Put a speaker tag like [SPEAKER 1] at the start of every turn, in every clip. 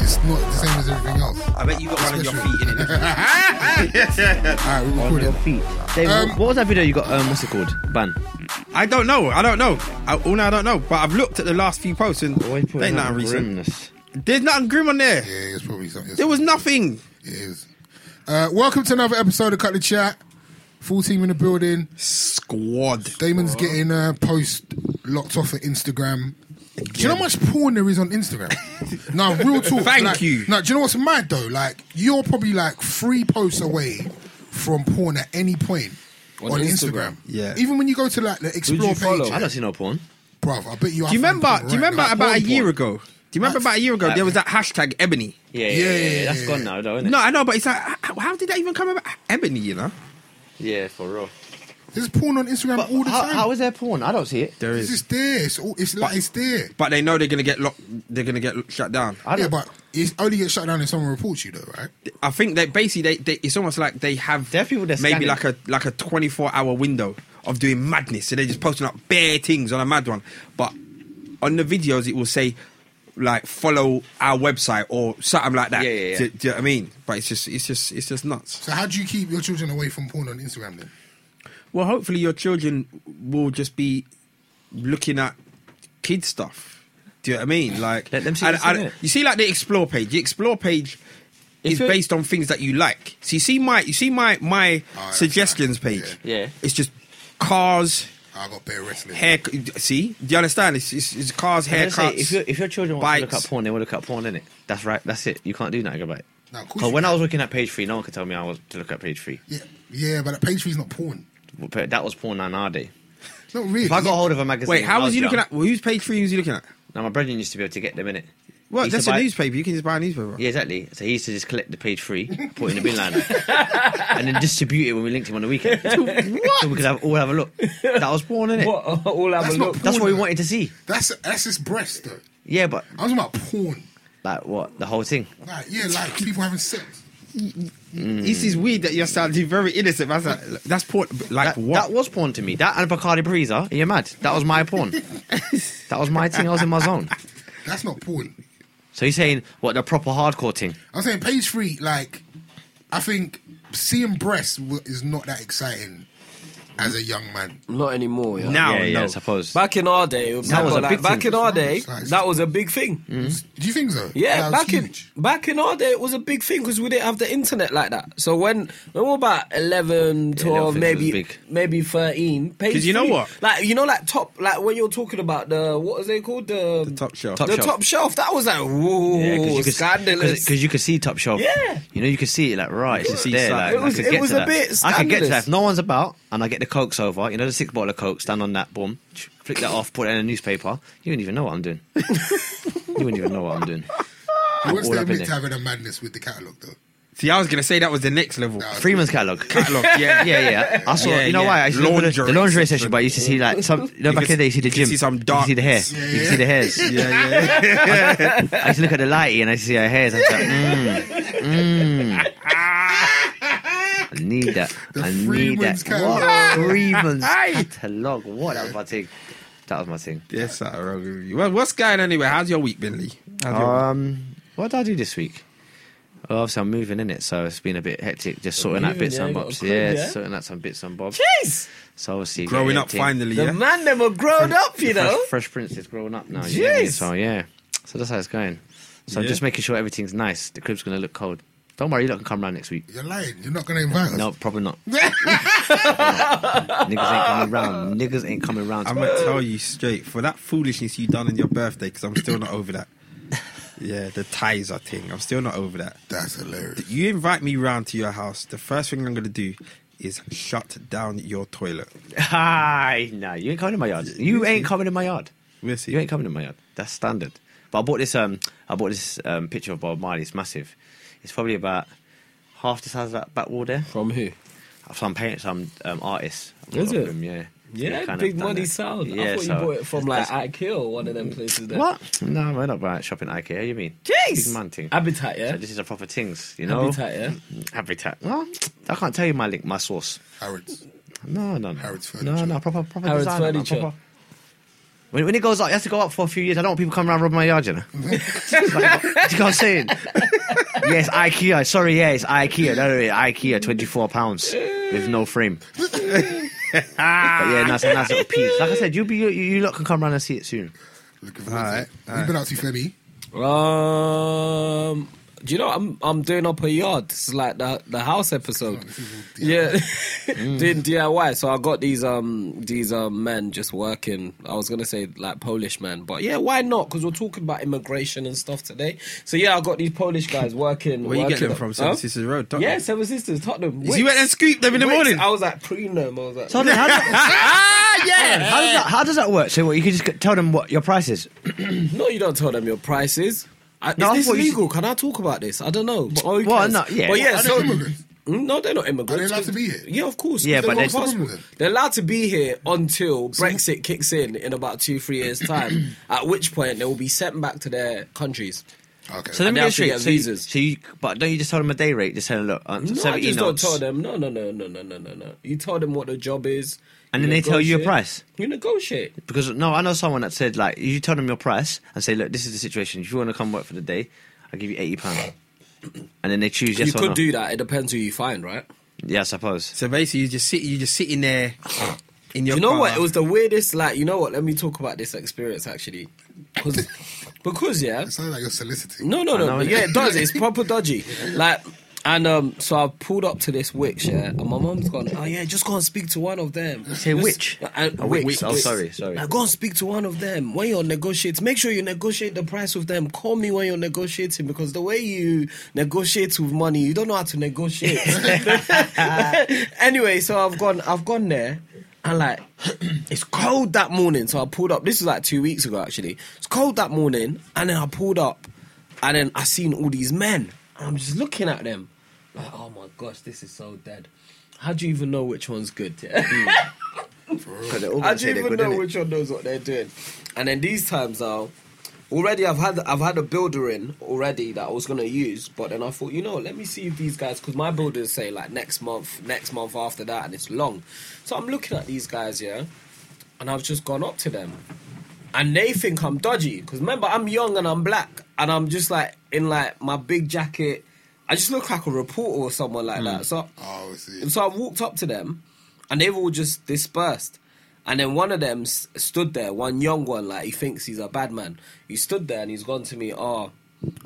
[SPEAKER 1] It's not the same as everything else.
[SPEAKER 2] I bet you got one of your
[SPEAKER 1] Especially-
[SPEAKER 2] feet in it.
[SPEAKER 1] Alright, we're
[SPEAKER 3] on
[SPEAKER 1] recording.
[SPEAKER 3] your feet. Dave,
[SPEAKER 1] Um,
[SPEAKER 3] what was that video you got? Um, what's it called? Ban.
[SPEAKER 2] I don't know. I don't know. I, all I don't know. But I've looked at the last few posts and
[SPEAKER 3] Why
[SPEAKER 2] there
[SPEAKER 3] you putting
[SPEAKER 2] ain't
[SPEAKER 3] out
[SPEAKER 2] nothing recent.
[SPEAKER 3] grimness?
[SPEAKER 2] There's nothing grim on there.
[SPEAKER 1] Yeah, it's probably something.
[SPEAKER 2] There was nothing.
[SPEAKER 1] It is. Uh, welcome to another episode of Cut the Chat. Full team in the building.
[SPEAKER 2] Squad.
[SPEAKER 1] Damon's getting uh, post locked off of Instagram. Do you know how much porn there is on Instagram? no, real talk.
[SPEAKER 2] Thank
[SPEAKER 1] like-
[SPEAKER 2] you.
[SPEAKER 1] No, do you know what's mad though? Like you're probably like three posts away from porn at any point on,
[SPEAKER 4] On
[SPEAKER 1] Instagram.
[SPEAKER 4] Instagram.
[SPEAKER 2] Yeah.
[SPEAKER 1] Even when you go to like the explore
[SPEAKER 4] follow?
[SPEAKER 1] page,
[SPEAKER 3] I don't see no porn.
[SPEAKER 1] bruv, I bet you.
[SPEAKER 2] Do you remember? Do you remember about a year ago? Do you remember about a year ago? There was that hashtag Ebony.
[SPEAKER 3] Yeah,
[SPEAKER 1] Yeah,
[SPEAKER 3] yeah, yeah,
[SPEAKER 1] yeah,
[SPEAKER 3] yeah, that's
[SPEAKER 1] yeah,
[SPEAKER 3] gone now, though, isn't it?
[SPEAKER 2] No, I know, but it's like, h- h- how did that even come about? Ebony, you know?
[SPEAKER 3] Yeah, for real.
[SPEAKER 1] There's porn on Instagram
[SPEAKER 3] But
[SPEAKER 1] all the
[SPEAKER 3] how,
[SPEAKER 1] time.
[SPEAKER 3] how is there porn? I don't see it.
[SPEAKER 2] There
[SPEAKER 1] it's just there. It's all. It's like it's there.
[SPEAKER 2] But they know they're gonna get locked. They're gonna get shut down.
[SPEAKER 3] I
[SPEAKER 1] Yeah,
[SPEAKER 3] don't.
[SPEAKER 1] but it's only get shut down if someone reports you though, right?
[SPEAKER 2] I think they basically they, they it's almost like they have
[SPEAKER 3] There are people that
[SPEAKER 2] maybe
[SPEAKER 3] scan it.
[SPEAKER 2] like a like a twenty four hour window of doing madness, so they're just posting up bare things on a mad one. But on the videos, it will say like follow our website or something like that.
[SPEAKER 3] Yeah, yeah, yeah.
[SPEAKER 2] Do, do you know what I mean? But it's just it's just it's just nuts.
[SPEAKER 1] So how do you keep your children away from porn on Instagram then?
[SPEAKER 2] Well, hopefully your children will just be looking at kid stuff. Do you know what I mean? Like
[SPEAKER 3] Let them see
[SPEAKER 2] and-
[SPEAKER 3] what's in
[SPEAKER 2] and-
[SPEAKER 3] it.
[SPEAKER 2] You see, like the explore page. The explore page
[SPEAKER 3] If
[SPEAKER 2] is
[SPEAKER 3] you're-
[SPEAKER 2] based on things that you like. So you see my you see my my
[SPEAKER 1] Oh, that's
[SPEAKER 2] suggestions
[SPEAKER 1] nice.
[SPEAKER 2] page.
[SPEAKER 3] Yeah. Yeah.
[SPEAKER 2] it's just cars,
[SPEAKER 1] Ah, I got bare wrestling.
[SPEAKER 2] hair. See, do you understand? It's it's, it's cars,
[SPEAKER 3] Can I just
[SPEAKER 2] haircuts.
[SPEAKER 3] say, if, your if your children want to
[SPEAKER 2] bites.
[SPEAKER 3] look at porn, they will look at porn, innit? That's right. That's it. You can't do nothing about it.
[SPEAKER 1] No, of course
[SPEAKER 3] 'Cause
[SPEAKER 1] you
[SPEAKER 3] when
[SPEAKER 1] can.
[SPEAKER 3] I was looking at page three, no one could tell me I was to look at page three.
[SPEAKER 1] Yeah, yeah, but that page three's not porn.
[SPEAKER 3] But that was porn on our day.
[SPEAKER 1] Not really.
[SPEAKER 3] If I got hold of a magazine,
[SPEAKER 2] Wait,
[SPEAKER 3] when
[SPEAKER 2] how
[SPEAKER 3] I
[SPEAKER 2] was you looking
[SPEAKER 3] young-
[SPEAKER 2] at? well, Whose page three was you looking at?
[SPEAKER 3] Now my brethren used to be able to get them in it.
[SPEAKER 2] Well, that's a newspaper. You can just buy a newspaper.
[SPEAKER 3] Yeah, exactly. So he used to just collect the page three, put it in the bin liner, and then distribute it when we linked him on the weekend. what? So we could have, all have a look. That was porn, innit?
[SPEAKER 4] What? All have
[SPEAKER 1] That's
[SPEAKER 4] a
[SPEAKER 1] not
[SPEAKER 4] look.
[SPEAKER 1] porn.
[SPEAKER 3] That's what we wanted to see.
[SPEAKER 1] that's that's his breast though.
[SPEAKER 3] Yeah, but
[SPEAKER 1] I was talking about porn.
[SPEAKER 3] like what? The whole thing.
[SPEAKER 1] Like, yeah, like people having sex.
[SPEAKER 2] This is weird that you're sounding very innocent. That's like, that's poor, like
[SPEAKER 3] That,
[SPEAKER 2] what?
[SPEAKER 3] that was porn to me. That and Bacardi Breezer. Are you mad? That was my porn. that was my thing. I was in my zone.
[SPEAKER 1] That's not porn.
[SPEAKER 3] So he's saying what the proper hardcore thing.
[SPEAKER 1] I'm saying page three. Like, I think seeing breasts w- is not that exciting as a young man.
[SPEAKER 4] Not anymore. Yeah.
[SPEAKER 2] now,
[SPEAKER 3] yeah, yeah,
[SPEAKER 2] no.
[SPEAKER 3] I suppose.
[SPEAKER 4] Back in our day, it was
[SPEAKER 3] That was a
[SPEAKER 4] like,
[SPEAKER 3] big
[SPEAKER 4] back
[SPEAKER 3] thing. Mm.
[SPEAKER 4] in our day,
[SPEAKER 1] Nice.
[SPEAKER 4] that was a big thing.
[SPEAKER 3] Mm-hmm.
[SPEAKER 1] Do you think so?
[SPEAKER 4] Yeah,
[SPEAKER 1] That was
[SPEAKER 4] back in
[SPEAKER 1] huge.
[SPEAKER 4] back in our day, it was a big thing because we didn't have the internet like that. So when when we were about 11,
[SPEAKER 3] things was
[SPEAKER 4] 12, maybe
[SPEAKER 3] big.
[SPEAKER 4] maybe thirteen, page
[SPEAKER 2] 'Cause you know
[SPEAKER 4] three-
[SPEAKER 2] what?
[SPEAKER 4] like you know, like top, like when you're talking about the what is it called the,
[SPEAKER 2] The top shelf.
[SPEAKER 4] the
[SPEAKER 3] Top shelf.
[SPEAKER 4] top shelf. That was like whoa, scandalous.
[SPEAKER 3] Because you could see top shelf.
[SPEAKER 4] Yeah.
[SPEAKER 3] You know, you could see it like right. It's just
[SPEAKER 2] see
[SPEAKER 3] there.
[SPEAKER 2] some-
[SPEAKER 3] Like,
[SPEAKER 2] It
[SPEAKER 3] I
[SPEAKER 4] was-
[SPEAKER 3] could
[SPEAKER 4] it
[SPEAKER 3] get
[SPEAKER 4] was
[SPEAKER 3] to
[SPEAKER 4] a
[SPEAKER 3] that.
[SPEAKER 4] bit
[SPEAKER 3] I could get to that
[SPEAKER 4] scandalous.
[SPEAKER 3] if no one's about, and I get the cokes over. You know, the six bottle of coke. Stand on that. Boom. Flick that off. Put it in a newspaper. You wouldn't even know what I'm doing. you wouldn't even know what I'm doing.
[SPEAKER 1] He wants
[SPEAKER 3] all
[SPEAKER 1] to
[SPEAKER 3] up in
[SPEAKER 1] admit to
[SPEAKER 3] there.
[SPEAKER 1] having a madness with the catalog though.
[SPEAKER 2] See, I was gonna say that was the next level.
[SPEAKER 1] That was-
[SPEAKER 3] Freeman's catalog.
[SPEAKER 2] Catalog, yeah,
[SPEAKER 3] Yeah, yeah. I saw.
[SPEAKER 2] Yeah,
[SPEAKER 3] you know
[SPEAKER 2] yeah.
[SPEAKER 3] why? I used to look at the, the
[SPEAKER 2] Lingerie
[SPEAKER 3] lingerie
[SPEAKER 2] section.
[SPEAKER 3] session, but I used to see like some. You know,
[SPEAKER 2] You
[SPEAKER 3] back
[SPEAKER 2] could-
[SPEAKER 3] in the day, you see the
[SPEAKER 2] you could
[SPEAKER 3] gym.
[SPEAKER 2] see some
[SPEAKER 3] you could see the hair.
[SPEAKER 2] darkness.
[SPEAKER 1] Yeah,
[SPEAKER 3] You
[SPEAKER 1] yeah.
[SPEAKER 3] could see the hairs.
[SPEAKER 2] Yeah, yeah, yeah.
[SPEAKER 3] I used to look at the lighty and I used to see her hairs. I was like, mm, mm. I need that.
[SPEAKER 1] The
[SPEAKER 3] I need
[SPEAKER 1] Freeman's
[SPEAKER 3] that.
[SPEAKER 1] catalog.
[SPEAKER 3] What? Freeman's catalog. What? That was my thing. That was my thing.
[SPEAKER 2] Yes, I agree with you. Well, what's going on anyway? How's your week been, Lee? How's your
[SPEAKER 4] Uh,
[SPEAKER 2] week?
[SPEAKER 3] Um, what did I do this week? Well, obviously, I'm moving in it, so it's been a bit hectic. Just sorting out
[SPEAKER 4] moving,
[SPEAKER 3] bits
[SPEAKER 4] yeah,
[SPEAKER 3] and
[SPEAKER 4] you got a
[SPEAKER 3] bobs.
[SPEAKER 4] crib,
[SPEAKER 3] Yeah,
[SPEAKER 4] yeah?
[SPEAKER 3] sorting out some bits and bobs.
[SPEAKER 4] Jeez,
[SPEAKER 3] So obviously,
[SPEAKER 2] growing
[SPEAKER 3] getting
[SPEAKER 2] up
[SPEAKER 3] everything-
[SPEAKER 2] finally,
[SPEAKER 4] the
[SPEAKER 2] yeah.
[SPEAKER 4] man never grown up, you
[SPEAKER 3] Fresh,
[SPEAKER 4] know.
[SPEAKER 3] Fresh Prince is growing up now. You get me?
[SPEAKER 4] Jeez.
[SPEAKER 3] So yeah, so that's how it's going. So I'm
[SPEAKER 2] Yeah.
[SPEAKER 3] just making sure everything's nice. The crib's gonna look cold. Don't worry, you lot can come round next week.
[SPEAKER 1] You're lying. You're not going to invite us.
[SPEAKER 3] No, probably not. Niggas ain't coming round. Niggas ain't coming round.
[SPEAKER 2] I'm gonna tell you straight for that foolishness you done on your birthday because I'm still not over that. Yeah, the ties are thing. I'm still not over that.
[SPEAKER 1] That's hilarious.
[SPEAKER 2] You invite me round to your house. The first thing I'm gonna do is shut down your toilet.
[SPEAKER 3] Hi, nah, you ain't coming in my yard. You ain't coming in my yard.
[SPEAKER 2] We'll see.
[SPEAKER 3] You ain't coming in my yard. That's standard. But I bought this. Um, I bought this um, picture of Bob Marley. It's massive. It's probably about half the size of that back wall there.
[SPEAKER 4] From who?
[SPEAKER 3] Some paint, some um, artist.
[SPEAKER 4] Is it?
[SPEAKER 3] Him, yeah.
[SPEAKER 4] Yeah,
[SPEAKER 3] kind of
[SPEAKER 4] big
[SPEAKER 3] done
[SPEAKER 4] money
[SPEAKER 3] it.
[SPEAKER 4] sound. I
[SPEAKER 3] Yeah,
[SPEAKER 4] thought
[SPEAKER 3] so
[SPEAKER 4] you bought it from like
[SPEAKER 3] that's-
[SPEAKER 4] IKEA or one of them places. There.
[SPEAKER 3] What? No, we're not buying shopping at IKEA. You mean?
[SPEAKER 4] Jeez.
[SPEAKER 3] Big man thing.
[SPEAKER 4] Habitat, yeah.
[SPEAKER 3] So this is a proper things, you know.
[SPEAKER 4] Habitat, yeah.
[SPEAKER 3] Habitat. Well, I can't tell you my link, my source.
[SPEAKER 1] Harrods.
[SPEAKER 3] No, no, no.
[SPEAKER 1] Harrods
[SPEAKER 3] No,
[SPEAKER 1] furniture.
[SPEAKER 3] no, proper, proper
[SPEAKER 4] Harrods
[SPEAKER 3] design. man,
[SPEAKER 4] furniture.
[SPEAKER 3] proper- When, when it goes up, it has to go up for a few years. I don't want people coming around robbing my yard, you know. It's like, you know what I'm saying? yes, IKEA. Sorry, yeah, it's IKEA. No, no, no, IKEA, twenty-four pounds with no frame. but yeah, nice, nice little piece. Like I said, you be you, you lot can come around and see it soon.
[SPEAKER 1] Looking forward
[SPEAKER 2] Alright,
[SPEAKER 1] to it. We've been out to Femi.
[SPEAKER 4] Um, do you know I'm I'm doing up a yard? This is like the the house
[SPEAKER 2] Oh,
[SPEAKER 4] episode. Yeah, doing DIY. So I got these um these um men just working. I was gonna say like Polish men, but yeah, why not? Because we're talking about immigration and stuff today. So yeah, I got these Polish guys working.
[SPEAKER 2] Where you get
[SPEAKER 4] working
[SPEAKER 2] them
[SPEAKER 4] up-
[SPEAKER 2] from? Seven
[SPEAKER 4] Huh?
[SPEAKER 2] Sisters Road, Tottenham.
[SPEAKER 4] Yeah, Seven Sisters, Tottenham.
[SPEAKER 2] So you went and scooped them in the
[SPEAKER 4] Wicks.
[SPEAKER 2] morning.
[SPEAKER 4] I was like prenum. I was like,
[SPEAKER 3] So then how, ah, yeah. how does that how does that work? So what, you can just get- tell them what your price is.
[SPEAKER 4] no, you don't tell them your prices. I,
[SPEAKER 3] No, I
[SPEAKER 4] is
[SPEAKER 3] thought
[SPEAKER 4] this
[SPEAKER 3] you
[SPEAKER 4] legal? Can I talk about this? I don't know. But, oh, who
[SPEAKER 3] well,
[SPEAKER 4] cares?
[SPEAKER 3] no, yeah.
[SPEAKER 4] But yeah,
[SPEAKER 1] Are they
[SPEAKER 4] so
[SPEAKER 1] immigrants?
[SPEAKER 4] Mm, No, they're not immigrants.
[SPEAKER 1] Are they allowed to be here?
[SPEAKER 4] Yeah, of course.
[SPEAKER 3] Yeah,
[SPEAKER 4] They've
[SPEAKER 3] but
[SPEAKER 4] got
[SPEAKER 3] they-
[SPEAKER 4] passports.
[SPEAKER 1] What's the problem with them?
[SPEAKER 4] they're allowed to be here until Brexit kicks in in about two, three years' time. at which point they will be sent back to their countries.
[SPEAKER 1] Okay.
[SPEAKER 3] So let
[SPEAKER 4] And
[SPEAKER 3] me get
[SPEAKER 4] they have to
[SPEAKER 3] straight.
[SPEAKER 4] get
[SPEAKER 3] So, you-
[SPEAKER 4] visas.
[SPEAKER 3] so you, but don't you just tell them a day rate? Just tell them, look, um,
[SPEAKER 4] No, I
[SPEAKER 3] seventy
[SPEAKER 4] just don't
[SPEAKER 3] notes.
[SPEAKER 4] tell them. No, no, no, no, no, no, no, no. You tell them what the job is,
[SPEAKER 3] And then they tell you a
[SPEAKER 4] negotiate.
[SPEAKER 3] price.
[SPEAKER 4] You negotiate.
[SPEAKER 3] Because no, I know someone that said like you tell them your price and say, look, this is the situation. If you want to come work for the day, I'll give you eighty pounds. And then they choose yes
[SPEAKER 4] you
[SPEAKER 3] or
[SPEAKER 4] could
[SPEAKER 3] no.
[SPEAKER 4] do that. It depends who you find, right?
[SPEAKER 3] yeah, I suppose.
[SPEAKER 2] So basically, you just sit, you just sitting there in your.
[SPEAKER 4] you know
[SPEAKER 2] car.
[SPEAKER 4] what? It was the weirdest. Like, you know what? Let me talk about this experience actually, 'Cause- because yeah,
[SPEAKER 1] It sounds like you're soliciting.
[SPEAKER 4] No, no,
[SPEAKER 3] I
[SPEAKER 4] no.
[SPEAKER 3] know,
[SPEAKER 4] but
[SPEAKER 3] innit?
[SPEAKER 4] yeah, it does. It's proper dodgy. Like, and um, so I pulled up to this witch, yeah, and my mum's gone. Oh yeah, just go and speak to one of them.
[SPEAKER 3] Say
[SPEAKER 4] Just-
[SPEAKER 3] witch?
[SPEAKER 4] Uh,
[SPEAKER 3] Oh,
[SPEAKER 4] witch,
[SPEAKER 3] witch. Oh,
[SPEAKER 4] witch.
[SPEAKER 3] sorry, sorry.
[SPEAKER 4] Like, go and speak to one of them when you're negotiating. Make sure you negotiate the price with them. Call me when you're negotiating because the way you negotiate with money, you don't know how to negotiate. anyway, so I've gone. I've gone there. And like, it's cold that morning. So I pulled up. This was like two weeks ago, actually. It's cold that morning. And then I pulled up. And then I seen all these men. And I'm just looking at them. Like, oh my gosh, this is so dead. How do you even know which one's good? I don't even know which one knows what they're doing. And then these times now, already I've had I've had a builder in already that I was gonna use, but then I thought, you know, let me see if these guys because my builders say like next month, next month after that, and it's long. So I'm looking at these guys, yeah, and I've just gone up to them, and they think I'm dodgy because remember I'm young and I'm black, and I'm just like in like my big jacket. I just look like a reporter or someone like that. So
[SPEAKER 1] Oh, I see.
[SPEAKER 4] and so I walked up to them, and they've all just dispersed. And then one of them s- stood there, one young one, like he thinks he's a bad man. He stood there and he's gone to me, oh,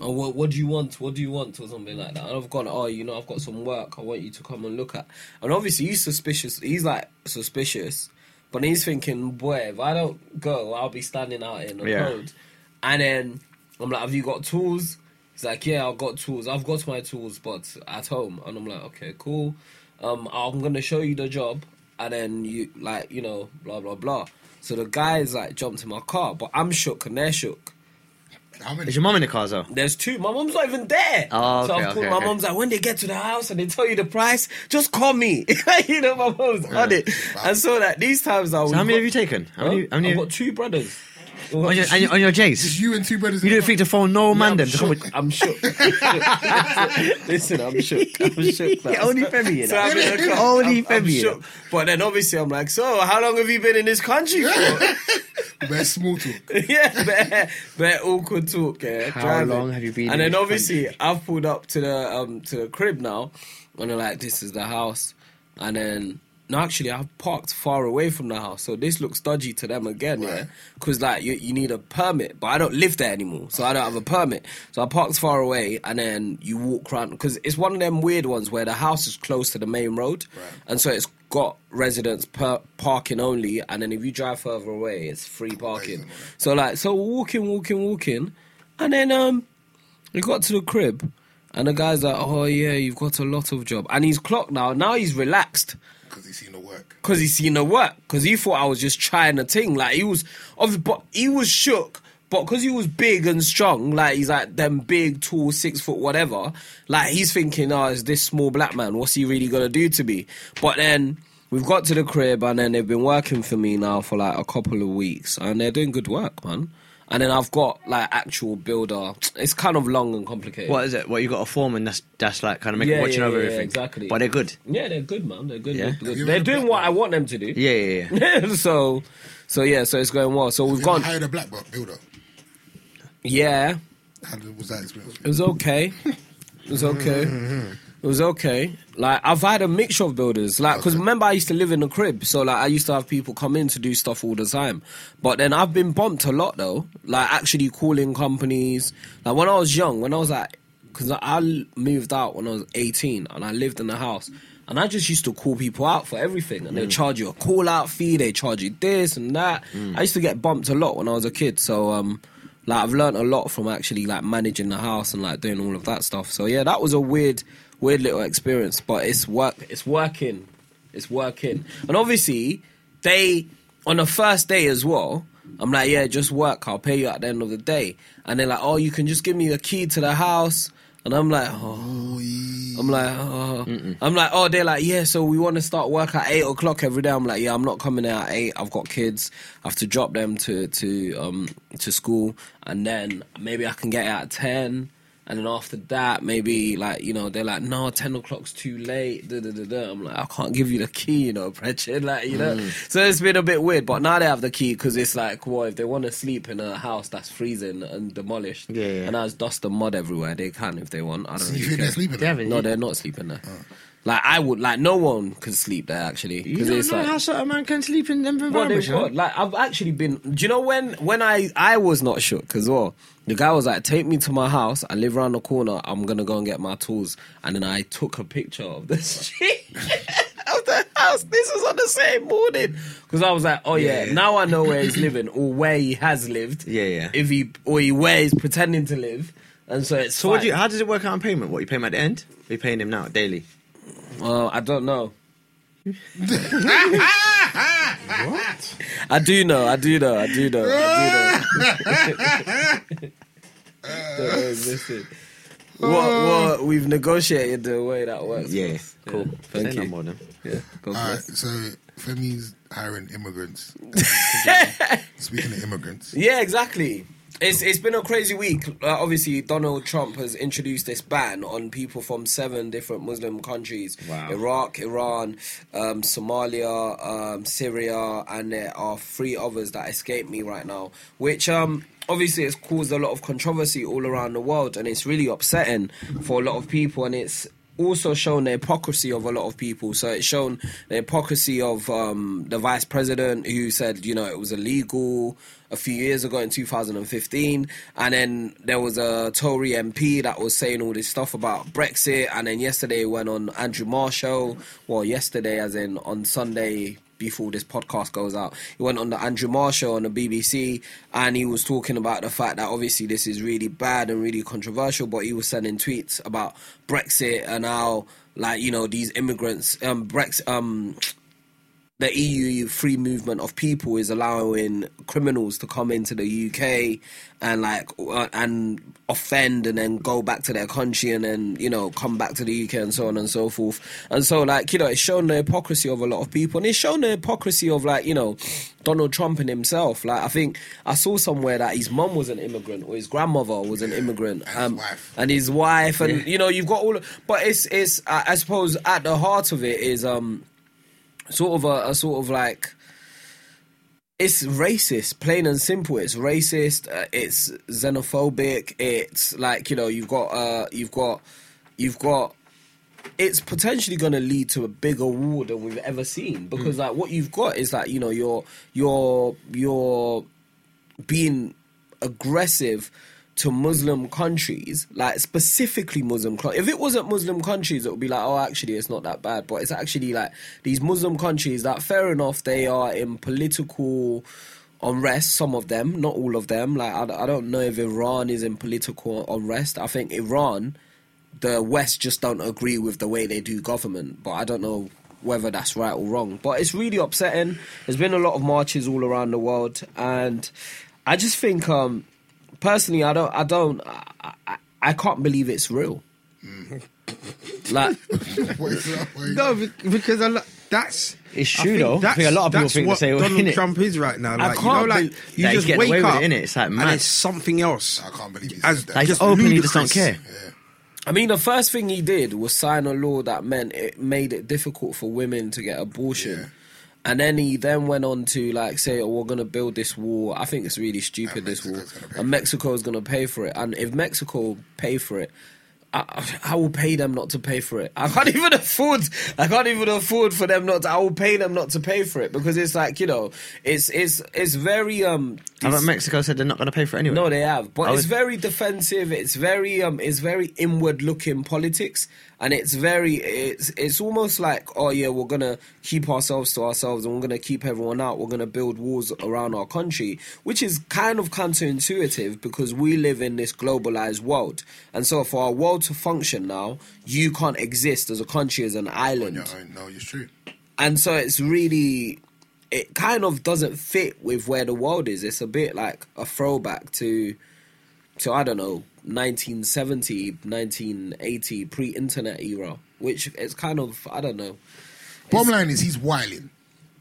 [SPEAKER 4] oh what, what do you want? What do you want? Or something like that. And I've gone, oh, you know, I've got some work I want you to come and look at. And obviously he's suspicious. He's like suspicious. But he's thinking, boy, if I don't go, I'll be standing out in the
[SPEAKER 3] Yeah.
[SPEAKER 4] cold. And then I'm like, have you got tools? He's like, yeah, I've got tools. I've got my tools, but at home. And I'm like, okay, cool. Um, I'm gonna show you the job, and then you like, you know, blah blah blah. So the guys like jumped in my car, but I'm shook and they're shook.
[SPEAKER 1] How many?
[SPEAKER 3] Is your mum in the car though?
[SPEAKER 4] There's two. My mom's not even there.
[SPEAKER 3] Oh,
[SPEAKER 4] so
[SPEAKER 3] okay,
[SPEAKER 4] I've called
[SPEAKER 3] okay,
[SPEAKER 4] my
[SPEAKER 3] okay.
[SPEAKER 4] mom's like, when they get to the house and they tell you the price, just call me. you know, my mom's on it. And so that these times I was.
[SPEAKER 3] So how many have you taken? How many? How many
[SPEAKER 4] I've got two brothers.
[SPEAKER 3] on, your, on, your, on your
[SPEAKER 1] Just
[SPEAKER 3] J's?
[SPEAKER 1] you and two brothers.
[SPEAKER 3] You
[SPEAKER 1] in
[SPEAKER 3] didn't
[SPEAKER 1] the
[SPEAKER 3] think to phone no man
[SPEAKER 4] I'm
[SPEAKER 3] them to come
[SPEAKER 4] shook.
[SPEAKER 3] with.
[SPEAKER 4] I'm shook. Listen, I'm shook. I'm shook. like-
[SPEAKER 3] Only Femi, you
[SPEAKER 4] So I'm in the
[SPEAKER 3] know.
[SPEAKER 4] car.
[SPEAKER 3] Only
[SPEAKER 4] I'm- I'm
[SPEAKER 3] Femi. you know.
[SPEAKER 4] shook. But then obviously I'm like, so how long have you been in this country for?
[SPEAKER 1] car. Best small talk.
[SPEAKER 4] yeah, bare, bare awkward talk. Yeah,
[SPEAKER 3] How
[SPEAKER 4] driving.
[SPEAKER 3] long have you been
[SPEAKER 4] And
[SPEAKER 3] in
[SPEAKER 4] then
[SPEAKER 3] this
[SPEAKER 4] obviously I've pulled up to the um to the crib now, and they're like, this is the house, and then. No, actually, I've parked far away from the house, so this looks dodgy to them again, yeah. Because like you, you need a permit, but I don't live there anymore, so I don't have a permit. So I parked far away, and then you walk around because it's one of them weird ones where the house is close to the main road, and so it's got residents per parking only, and then if you drive further away, it's free parking. So like, so we're walking, walking, walking, and then um, we got to the crib, and the guy's like, "Oh yeah, you've got a lot of job," and he's clocked now. Now he's relaxed
[SPEAKER 1] Because he's seen the work.
[SPEAKER 4] because he seen the work. Because he thought I was just trying a thing. Like he was, obviously, but he was shook. But because he was big and strong, like he's like them big, tall, six foot, whatever. Like he's thinking, oh, is this small black man? What's he really gonna do to me? But then. We've got to the crib, and then they've been working for me now for like a couple of weeks, and they're doing good work, man. And then I've got like actual builder. It's kind of long and complicated.
[SPEAKER 3] What is it? What you got a form and that's that's like kind of making
[SPEAKER 4] Yeah,
[SPEAKER 3] watching
[SPEAKER 4] yeah,
[SPEAKER 3] over
[SPEAKER 4] yeah,
[SPEAKER 3] everything.
[SPEAKER 4] exactly.
[SPEAKER 3] But they're good.
[SPEAKER 4] Yeah, they're good, man. They're good.
[SPEAKER 3] Yeah.
[SPEAKER 4] They're, good.
[SPEAKER 1] You
[SPEAKER 4] They're
[SPEAKER 1] ever
[SPEAKER 4] doing
[SPEAKER 1] been-
[SPEAKER 4] what I want them to do.
[SPEAKER 3] Yeah, yeah, yeah.
[SPEAKER 4] so, so yeah, so it's going well. So we've
[SPEAKER 1] You ever
[SPEAKER 4] gone.
[SPEAKER 1] hired a black belt builder.
[SPEAKER 4] Yeah,
[SPEAKER 1] How did- was that experience?
[SPEAKER 4] it was okay. It was okay. It was okay. Like I've had a mixture of builders. Like because
[SPEAKER 1] Okay.
[SPEAKER 4] remember I used to live in the crib, so like I used to have people come in to do stuff all the time. But then I've been bumped a lot though. Like actually calling companies. Like when I was young, when I was like, because I l- moved out when I was eighteen and I lived in a house. And I just used to call people out for everything, and they charge you a call out fee, they charge you this and that. I used to get bumped a lot when I was a kid, so um, like I've learned a lot from actually like managing the house and like doing all of that stuff. So yeah, that was a weird, weird little experience, but it's work, it's working, it's working. And obviously, they on the first day as well. I'm like, yeah, just work. I'll pay you at the end of the day. And they're like, oh, you can just give me the key to the house. And I'm like, oh, I'm like, oh. I'm like, oh, they're like, yeah. So we want to start work at eight o'clock every day. I'm like, yeah, I'm not coming in at eight. I've got kids. I have to drop them to to um to school, and then maybe I can get out at ten. And then after that, maybe like you know, they're like, no, ten o'clock's too late. Da, da, da, da. I'm like, I can't give you the key, you know, Pritchard. Like you know,
[SPEAKER 3] Mm.
[SPEAKER 4] so it's been a bit weird. But now they have the key because it's like, well, if they want to sleep in a house that's freezing and demolished,
[SPEAKER 3] Yeah, yeah.
[SPEAKER 4] and has dust and mud everywhere, they can if they want. I don't
[SPEAKER 1] So
[SPEAKER 4] really
[SPEAKER 1] you think
[SPEAKER 4] care.
[SPEAKER 1] they're sleeping?
[SPEAKER 3] They haven't.
[SPEAKER 4] No, they're not sleeping there. Like I would, like no one can sleep there actually.
[SPEAKER 3] Oh. You
[SPEAKER 4] 'cause
[SPEAKER 3] don't
[SPEAKER 4] it's
[SPEAKER 3] know
[SPEAKER 4] like,
[SPEAKER 3] how certain man can sleep in them
[SPEAKER 4] Well,
[SPEAKER 3] environments.
[SPEAKER 4] they've
[SPEAKER 3] you know?
[SPEAKER 4] got- like I've actually been. Do you know when when I I was not shook as well? The guy was like, "Take me to my house. I live around the corner. I'm gonna go and get my tools." And then I took a picture of the street of the house. This was on the same morning because I was like, "Oh yeah, now I know where he's living or where he has lived.
[SPEAKER 3] Yeah, yeah.
[SPEAKER 4] If he or he where he's pretending to live." And so it's
[SPEAKER 3] So what do you,
[SPEAKER 4] fine.
[SPEAKER 3] how does it work out on payment? What you pay him at the end? We paying him now daily.
[SPEAKER 4] Uh, I don't know. I do know, I do know, I do know, I do know. Don't know, listen. What what we've negotiated the way that works. for
[SPEAKER 3] Yeah,
[SPEAKER 4] us.
[SPEAKER 3] cool.
[SPEAKER 4] Thank
[SPEAKER 3] Say no
[SPEAKER 4] you.
[SPEAKER 3] more then.
[SPEAKER 4] Yeah, God
[SPEAKER 1] All right,
[SPEAKER 4] bless.
[SPEAKER 1] so Femi's hiring immigrants. Speaking of immigrants,
[SPEAKER 4] Yeah, exactly. It's it's been a crazy week. Uh, obviously, Donald Trump has introduced this ban on people from seven different Muslim countries:
[SPEAKER 3] Wow.
[SPEAKER 4] Iraq, Iran, um, Somalia, um, Syria, and there are three others that escape me right now. Which um, obviously has caused a lot of controversy all around the world, and it's really upsetting for a lot of people, and it's also shown the hypocrisy of a lot of people. So it's shown the hypocrisy of um, the vice president who said, you know, it was illegal a few years ago in 2015. And then there was a Tory MP that was saying all this stuff about Brexit. And then yesterday went on Andrew Marshall. Well, yesterday, as in on Sunday before this podcast goes out. He went on the Andrew Marshall on the BBC and he was talking about the fact that obviously this is really bad and really controversial, but he was sending tweets about Brexit and how like, you know, these immigrants um Brexit um the EU free movement of people is allowing criminals to come into the UK and like uh, and offend and then go back to their country and then you know come back to the UK and so on and so forth. And so like you know it's shown the hypocrisy of a lot of people and it's shown the hypocrisy of like you know Donald Trump and himself. Like I think I saw somewhere that his mum was an immigrant or his grandmother was an immigrant um,
[SPEAKER 1] and his wife.
[SPEAKER 4] and his wife and you know you've got all but it's it's I, I suppose at the heart of it is um sort of a, a sort of like it's racist, plain and simple. It's racist. Uh, it's xenophobic. It's like you know you've got uh you've got you've got it's potentially going to lead to a bigger war than we've ever seen because like what you've got is like you know you're you're you're being aggressive to Muslim countries, like specifically Muslim countries. If it wasn't Muslim countries, it would be like, oh, actually, it's not that bad. But it's actually like these Muslim countries that, fair enough, they are in political unrest, some of them, not all of them. Like, I, I don't know if Iran is in political unrest. I think Iran, the West just don't agree with the way they do government, but I don't know whether that's right or wrong. But it's really upsetting. There's been a lot of marches all around the world, and I just think, um, personally, I don't, I don't, I, I, I can't believe it's real. like,
[SPEAKER 1] what is that? What is-
[SPEAKER 2] No, be- because I, lo- That's
[SPEAKER 3] It's
[SPEAKER 2] I
[SPEAKER 3] true,
[SPEAKER 2] think
[SPEAKER 3] though. I
[SPEAKER 2] That's,
[SPEAKER 3] think a lot of people
[SPEAKER 2] that's
[SPEAKER 3] think the
[SPEAKER 2] what
[SPEAKER 3] same way,
[SPEAKER 2] Donald
[SPEAKER 3] innit?
[SPEAKER 2] Trump is right now. Like, you know,
[SPEAKER 4] can't
[SPEAKER 2] like
[SPEAKER 4] believe
[SPEAKER 2] you
[SPEAKER 3] that he's
[SPEAKER 2] just
[SPEAKER 3] getting
[SPEAKER 2] wake
[SPEAKER 3] away with
[SPEAKER 2] up
[SPEAKER 3] it, innit? It's like
[SPEAKER 2] and
[SPEAKER 3] mad.
[SPEAKER 2] there's something else.
[SPEAKER 1] I can't believe he
[SPEAKER 2] As-
[SPEAKER 1] said that.
[SPEAKER 3] Like,
[SPEAKER 2] Just
[SPEAKER 3] just
[SPEAKER 4] oh,
[SPEAKER 3] openly just don't
[SPEAKER 2] ludicrous.
[SPEAKER 3] care.
[SPEAKER 1] yeah.
[SPEAKER 4] I mean, the first thing he did was sign a law that meant it made it difficult for women to get abortion.
[SPEAKER 1] Yeah.
[SPEAKER 4] And then he then went on to like say, "Oh, we're gonna build this wall. I think it's really stupid.
[SPEAKER 1] And
[SPEAKER 4] This wall,
[SPEAKER 1] Mexico's gonna pay
[SPEAKER 4] and
[SPEAKER 1] for it.
[SPEAKER 4] Mexico's gonna pay for it. And if Mexico pay for it, I, I will pay them not to pay for it. I can't even afford. I can't even afford for them not. to... I will pay them not to pay for it because it's like you know, it's it's it's very um.
[SPEAKER 3] Haven't Mexico said they're not going to pay for it anyway?
[SPEAKER 4] No, they have, but
[SPEAKER 3] I
[SPEAKER 4] it's
[SPEAKER 3] would-
[SPEAKER 4] very defensive. It's very um, it's very inward-looking politics, and it's very it's it's almost like oh yeah, we're gonna keep ourselves to ourselves, and we're gonna keep everyone out. We're gonna build walls around our country, which is kind of counterintuitive because we live in this globalized world, and so for our world to function now, you can't exist as a country as an island
[SPEAKER 1] No, no, it's true.
[SPEAKER 4] and so it's really it kind of doesn't fit with where the world is it's a bit like a throwback to to i don't know 1970 1980 pre-internet era which it's kind of i don't know
[SPEAKER 1] Bottom line is he's whiling.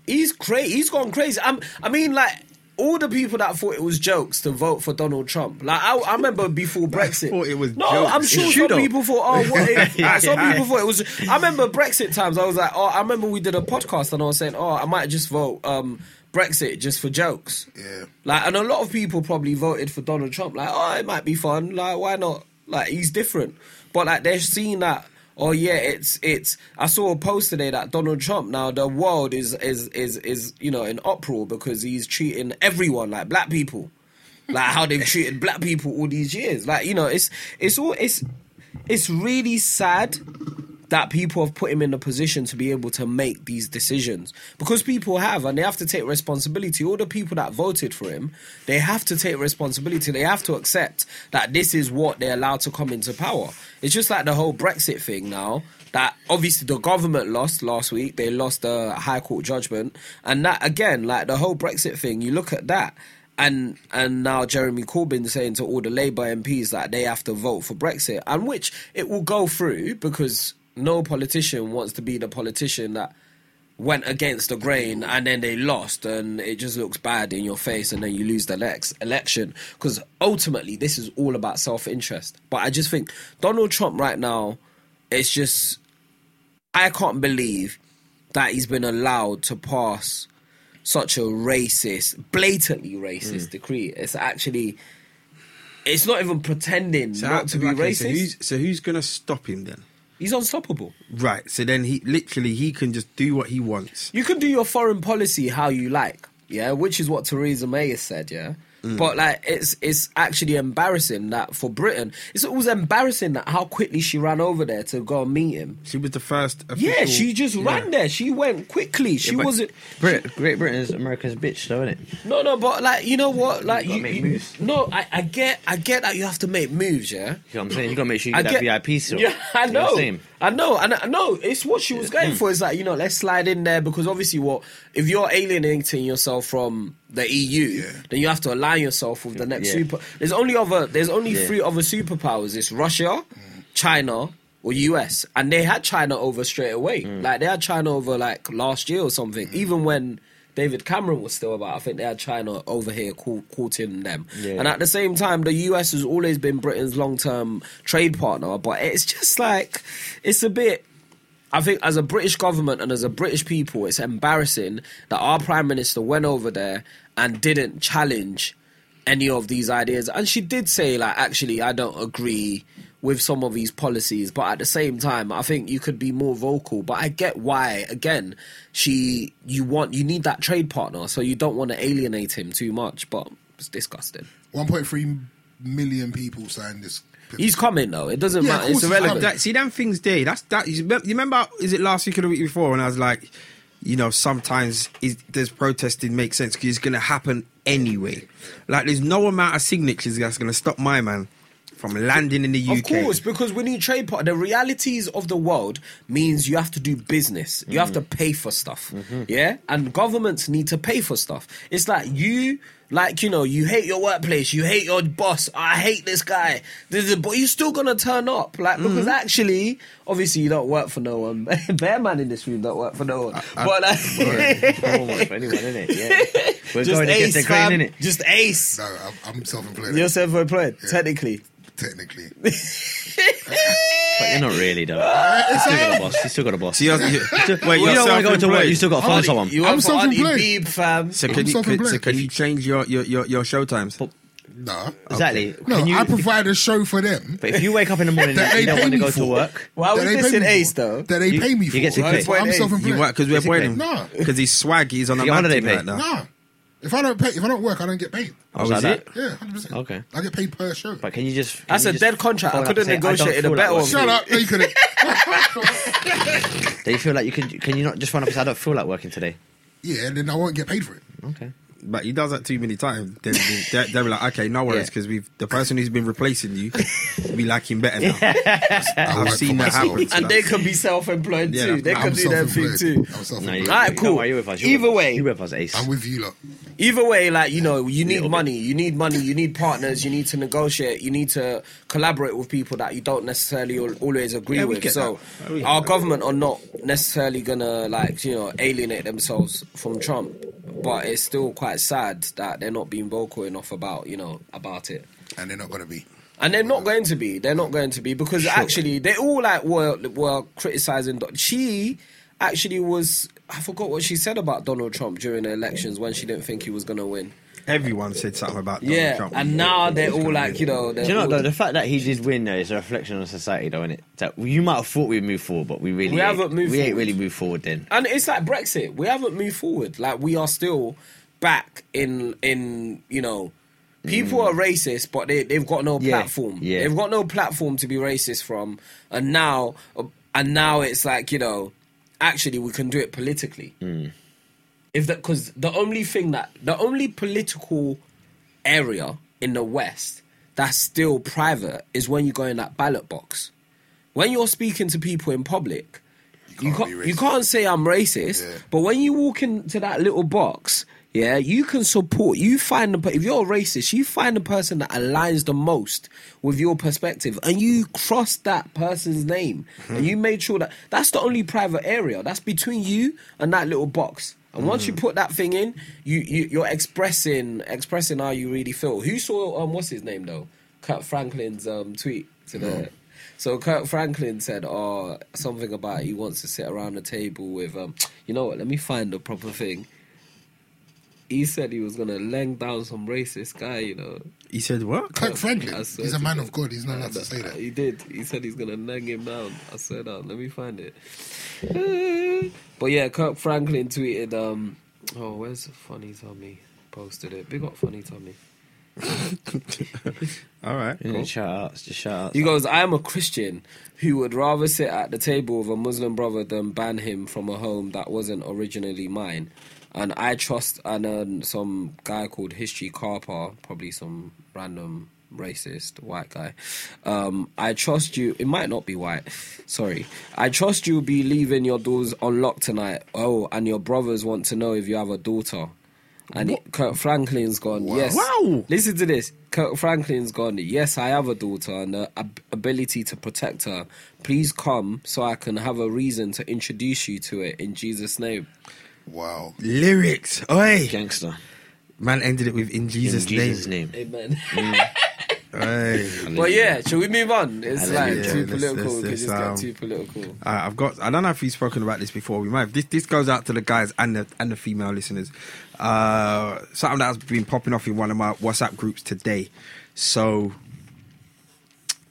[SPEAKER 4] he's crazy he's gone crazy i i mean like all the people that thought it was jokes to vote for Donald Trump, like I, I remember before Brexit,
[SPEAKER 2] thought it was
[SPEAKER 4] no,
[SPEAKER 2] jokes.
[SPEAKER 4] I'm sure
[SPEAKER 3] It's true,
[SPEAKER 4] some
[SPEAKER 3] though.
[SPEAKER 4] people thought, oh, what if?
[SPEAKER 3] Yeah,
[SPEAKER 4] some
[SPEAKER 3] yeah.
[SPEAKER 4] people thought it was. I remember Brexit times. I was like, oh, I remember we did a podcast and I was saying, oh, I might just vote um, Brexit just for jokes.
[SPEAKER 1] Yeah.
[SPEAKER 4] Like, and a lot of people probably voted for Donald Trump. Like, oh, it might be fun. Like, why not? Like, he's different. But like, they're seeing that. Oh yeah, it's it's. I saw a post today that Donald Trump. Now the world is is is is you know in uproar because he's treating everyone like black people, like how they've treated black people all these years. Like you know, it's it's all it's it's really sad that people have put him in a position to be able to make these decisions because people have and they have to take responsibility all the people that voted for him they have to take responsibility they have to accept that this is what they're allowed to come into power it's just like the whole brexit thing now that obviously the government lost last week they lost a high court judgment and that again like the whole brexit thing you look at that and and now Jeremy Corbyn saying to all the Labour MPs that they have to vote for Brexit, and which it will go through because no politician wants to be the politician that went against the grain and then they lost and it just looks bad in your face and then you lose the next election because ultimately this is all about self-interest but i just think donald trump right now it's just i can't believe that he's been allowed to pass such a racist, blatantly
[SPEAKER 2] Hmm.
[SPEAKER 4] racist decree. It's actually, it's not even pretending not to be
[SPEAKER 2] okay,
[SPEAKER 4] racist.
[SPEAKER 2] So who's, so who's gonna stop him then?
[SPEAKER 4] He's unstoppable.
[SPEAKER 2] Right. So then he literally he can just do what he wants.
[SPEAKER 4] You can do your foreign policy how you like, yeah, which is what Theresa May has said, yeah. But like, it's it's actually embarrassing that for Britain, it's, it was embarrassing that how quickly she ran over there to go and meet him.
[SPEAKER 2] She was the first. Official,
[SPEAKER 4] Yeah, she just
[SPEAKER 2] yeah.
[SPEAKER 4] ran there. She went quickly. She
[SPEAKER 2] but-
[SPEAKER 4] wasn't.
[SPEAKER 3] Brit- Great Britain is America's bitch, though, isn't it?
[SPEAKER 4] No, no, but like you know what, like
[SPEAKER 3] gotta
[SPEAKER 4] you,
[SPEAKER 3] make
[SPEAKER 4] you-
[SPEAKER 3] moves.
[SPEAKER 4] no, I, I get, I get that you have to make moves, yeah.
[SPEAKER 3] You know what I'm saying? You gotta make sure you get, that VIP seal.
[SPEAKER 4] Yeah, I
[SPEAKER 3] You what I'm
[SPEAKER 4] know.
[SPEAKER 3] saying? Mm.
[SPEAKER 4] I know. And I know. It's what she was going for. It's like, you know, let's slide in there because obviously, what if you're alienating yourself from the EU, then you have to align yourself with the next
[SPEAKER 3] Yeah.
[SPEAKER 4] super. There's only other. There's only
[SPEAKER 3] Yeah.
[SPEAKER 4] three other superpowers. It's Russia, China. Or US, and they had China over straight away.
[SPEAKER 3] Mm.
[SPEAKER 4] Like they had China over like last year or something. Even when David Cameron was still about, I think they had China over here cour- courting them.
[SPEAKER 3] Yeah.
[SPEAKER 4] And at the same time, the US has always been Britain's long term trade partner, but it's just like, it's a bit. I think as a British government and as a British people, it's embarrassing that our Prime Minister went over there and didn't challenge any of these ideas. And she did say, like, actually, I don't agree with some of these policies, but at the same time, I think you could be more vocal. But I get why, again, she you want you need that trade partner, so you don't want to alienate him too much, but it's disgusting.
[SPEAKER 1] 1.3 million people signed this.
[SPEAKER 4] He's coming though. It doesn't
[SPEAKER 1] Yeah, of
[SPEAKER 4] matter. It's
[SPEAKER 1] course he's
[SPEAKER 4] irrelevant.
[SPEAKER 1] coming.
[SPEAKER 2] Oh, That, see, them things there. That's that. You remem- you remember? Is it last week or the week before? When I was like, you know, sometimes is, there's protesting makes sense because it's going to happen anyway. Like, there's no amount of signatures that's going to stop my man from landing in the
[SPEAKER 4] Of
[SPEAKER 2] UK.
[SPEAKER 4] course, because when you trade part, the realities of the world means you have to do business. You have to pay for stuff. Yeah? And governments need to pay for stuff. It's like you Like you know, you hate your workplace, you hate your boss. I hate this guy. This is, but you're still gonna turn up, like because actually, obviously, you don't work for no one. Bear man in this room don't work for no one. but like,
[SPEAKER 3] Almost for anyone, innit? Yeah. We're
[SPEAKER 4] just
[SPEAKER 3] going against the
[SPEAKER 4] ace,
[SPEAKER 3] grain,
[SPEAKER 4] fam.
[SPEAKER 3] innit?
[SPEAKER 4] Just ace.
[SPEAKER 1] No, I'm, I'm self-employed.
[SPEAKER 4] You're self-employed, technically.
[SPEAKER 1] Technically,
[SPEAKER 3] But you're not really, though. You still got a boss. You still got a boss.
[SPEAKER 2] So you're, you wait,
[SPEAKER 3] Well,
[SPEAKER 2] you're
[SPEAKER 3] you don't want to go to work.
[SPEAKER 2] self-employed.
[SPEAKER 3] You still got to
[SPEAKER 4] Auntie-
[SPEAKER 3] find someone.
[SPEAKER 4] You
[SPEAKER 1] I'm
[SPEAKER 4] work for Auntie
[SPEAKER 1] self-employed.
[SPEAKER 4] Beeb, fam.
[SPEAKER 2] So can,
[SPEAKER 1] I'm
[SPEAKER 2] you, can, so
[SPEAKER 1] self-employed.
[SPEAKER 2] can you change your your your, your show times?
[SPEAKER 1] no.
[SPEAKER 3] Exactly.
[SPEAKER 1] No,
[SPEAKER 3] Can you-
[SPEAKER 1] I provide a show for them.
[SPEAKER 3] But if you wake up in the morning
[SPEAKER 1] That
[SPEAKER 3] and you
[SPEAKER 1] they
[SPEAKER 3] don't
[SPEAKER 1] pay
[SPEAKER 3] want to
[SPEAKER 1] me
[SPEAKER 3] go to
[SPEAKER 1] for.
[SPEAKER 3] work,
[SPEAKER 2] Oh,
[SPEAKER 4] Why are we
[SPEAKER 1] that they pay
[SPEAKER 4] dissing
[SPEAKER 1] me
[SPEAKER 4] Ace
[SPEAKER 1] for,
[SPEAKER 4] though?
[SPEAKER 1] That they
[SPEAKER 3] You-
[SPEAKER 1] pay me
[SPEAKER 3] you
[SPEAKER 1] for.
[SPEAKER 3] get sick pay.
[SPEAKER 1] But I'm
[SPEAKER 4] Wait, Ace,
[SPEAKER 1] self-employed.
[SPEAKER 2] You work because we're
[SPEAKER 3] Basically.
[SPEAKER 2] boiling.
[SPEAKER 1] No.
[SPEAKER 2] because he's swag. He's on a
[SPEAKER 3] Is he on
[SPEAKER 2] mad
[SPEAKER 3] holiday
[SPEAKER 2] thing
[SPEAKER 3] pay?
[SPEAKER 2] right now.
[SPEAKER 1] No. If I don't pay, if I don't work, I don't get paid.
[SPEAKER 2] Oh,
[SPEAKER 3] Like
[SPEAKER 2] is
[SPEAKER 3] that.
[SPEAKER 2] it?
[SPEAKER 1] Yeah, 100%.
[SPEAKER 3] Okay.
[SPEAKER 1] I get paid per show.
[SPEAKER 3] But can you just? can
[SPEAKER 4] That's
[SPEAKER 3] you
[SPEAKER 4] a
[SPEAKER 3] just
[SPEAKER 4] dead contract. I
[SPEAKER 3] phone up and
[SPEAKER 4] couldn't
[SPEAKER 3] say, don't
[SPEAKER 4] negotiate
[SPEAKER 3] feel
[SPEAKER 4] a
[SPEAKER 3] like
[SPEAKER 4] better
[SPEAKER 3] working?
[SPEAKER 4] one.
[SPEAKER 1] Shut up! No, you couldn't.
[SPEAKER 3] Do you feel like you can? Can you not just phone up and say I don't feel like working today?
[SPEAKER 1] yeah, then I won't get paid for it.
[SPEAKER 3] Okay.
[SPEAKER 2] But he does that too many times. Then they're, they're like, okay, no worries,
[SPEAKER 3] Yeah.
[SPEAKER 2] because we've the person who's been replacing you, we like him better now.
[SPEAKER 1] I
[SPEAKER 2] I've
[SPEAKER 1] work
[SPEAKER 2] seen
[SPEAKER 1] for
[SPEAKER 2] that
[SPEAKER 1] myself.
[SPEAKER 2] happen.
[SPEAKER 4] And they can be self-employed
[SPEAKER 2] Yeah,
[SPEAKER 4] too. They
[SPEAKER 1] I'm
[SPEAKER 4] can do their thing
[SPEAKER 1] self-employed.
[SPEAKER 4] too.
[SPEAKER 1] I'm
[SPEAKER 3] No,
[SPEAKER 1] self-employed.
[SPEAKER 3] you,
[SPEAKER 4] Alright,
[SPEAKER 3] you-
[SPEAKER 4] cool.
[SPEAKER 3] don't worry, you're with us, you're
[SPEAKER 4] Either
[SPEAKER 3] with us.
[SPEAKER 4] way.
[SPEAKER 3] you with us, Ace.
[SPEAKER 1] I'm with you lot.
[SPEAKER 4] Either way, like you know, you need money. You need money. You need partners. You need to negotiate. You need to collaborate with people that you don't necessarily al- always agree
[SPEAKER 2] Yeah, we
[SPEAKER 4] with.
[SPEAKER 2] get
[SPEAKER 4] So
[SPEAKER 2] that. We get
[SPEAKER 4] our
[SPEAKER 2] that.
[SPEAKER 4] government are not necessarily gonna like you know alienate themselves from Trump, but it's still quite sad that they're not being vocal enough about you know about it.
[SPEAKER 1] And they're not gonna be.
[SPEAKER 4] And they're not going to be. They're not going to be because actually they all like were were criticizing. Don- She actually was. I forgot what she said about Donald Trump during the elections when she didn't think he was going to win.
[SPEAKER 2] Everyone said something about Donald
[SPEAKER 4] yeah,
[SPEAKER 2] Trump.
[SPEAKER 4] and now they're all like, you know, they're
[SPEAKER 3] Do you know
[SPEAKER 4] all-
[SPEAKER 3] though the fact that he did win though is a reflection on society though, isn't it? That you might have thought we'd move forward, but we really
[SPEAKER 4] We
[SPEAKER 3] ain't.
[SPEAKER 4] haven't moved
[SPEAKER 3] We ain't
[SPEAKER 4] forward.
[SPEAKER 3] really moved forward then.
[SPEAKER 4] and it's like Brexit. We haven't moved forward. Like we are still back in in you know. People are racist, but they they've got no
[SPEAKER 3] Mm. Yeah,
[SPEAKER 4] platform.
[SPEAKER 3] yeah.
[SPEAKER 4] They've got no platform to be racist from, and now and now it's like you know, actually we can do it politically.
[SPEAKER 3] Mm.
[SPEAKER 4] If that because the only thing that the only political area in the West that's still private is when you go in that ballot box. When you're speaking to people in public, you
[SPEAKER 1] can't
[SPEAKER 4] can't,
[SPEAKER 1] be
[SPEAKER 4] you
[SPEAKER 1] racist.
[SPEAKER 4] can't, say I'm racist,
[SPEAKER 1] Yeah.
[SPEAKER 4] but when you walk into that little box, yeah, you can support. You find the per- if you're a racist, you find the person that aligns the most with your perspective, and you cross that person's name, and you made sure that that's the only private area that's between you and that little box. And once you put that thing in, you, you you're expressing expressing how you really feel. Who saw um what's his name though? Kurt Franklin's um tweet today. So Kurt Franklin said, "Oh, something about he wants to sit around the table with um. You know what? Let me find the proper thing." He said he was gonna lang down some racist guy. You know,
[SPEAKER 2] he said what?
[SPEAKER 1] Kirk Franklin.
[SPEAKER 4] I swear
[SPEAKER 1] He's a
[SPEAKER 4] to
[SPEAKER 1] man
[SPEAKER 4] God.
[SPEAKER 1] of God. He's not allowed
[SPEAKER 4] Uh,
[SPEAKER 1] to say that.
[SPEAKER 4] He did. He said he's gonna nang him down. I swear down. Let me find it. but yeah, Kirk Franklin tweeted, um, "Oh, where's Funny Tommy?" Posted it. Big up Funny Tommy.
[SPEAKER 2] All right,
[SPEAKER 3] Isn't it?
[SPEAKER 2] cool.
[SPEAKER 3] Shout outs, just shout outs.
[SPEAKER 4] He goes, I am a Christian who would rather sit at the table with a Muslim brother than ban him from a home that wasn't originally mine. And I trust and um, some guy called History Carper, probably some random racist white guy. Um, I trust you. It might not be white. Sorry. I trust you'll be leaving your doors unlocked tonight. Oh, and your brothers want to know if you have a daughter. And Kurt Franklin's gone.
[SPEAKER 1] Wow.
[SPEAKER 4] Yes.
[SPEAKER 2] Wow.
[SPEAKER 4] Listen to this. Kirk Franklin's gone. Yes, I have a daughter and the ab- ability to protect her. Please come so I can have a reason to introduce you to it in Jesus' name.
[SPEAKER 1] Wow.
[SPEAKER 2] Lyrics, oi!
[SPEAKER 3] gangster.
[SPEAKER 2] Man ended it with in Jesus,
[SPEAKER 3] In Jesus' name.
[SPEAKER 4] Amen.
[SPEAKER 2] Oi.
[SPEAKER 4] but yeah, shall we move on? It's like
[SPEAKER 2] Hallelujah.
[SPEAKER 4] too
[SPEAKER 2] Yeah, let's-
[SPEAKER 4] political.
[SPEAKER 2] let's-
[SPEAKER 4] we could
[SPEAKER 2] let's,
[SPEAKER 4] just
[SPEAKER 2] um,
[SPEAKER 4] get too political.
[SPEAKER 2] Uh, I've got. I don't know if we've spoken about this before. We might. Have. This this goes out to the guys and the and the female listeners. Uh, something that's been popping off in one of my WhatsApp groups today. So,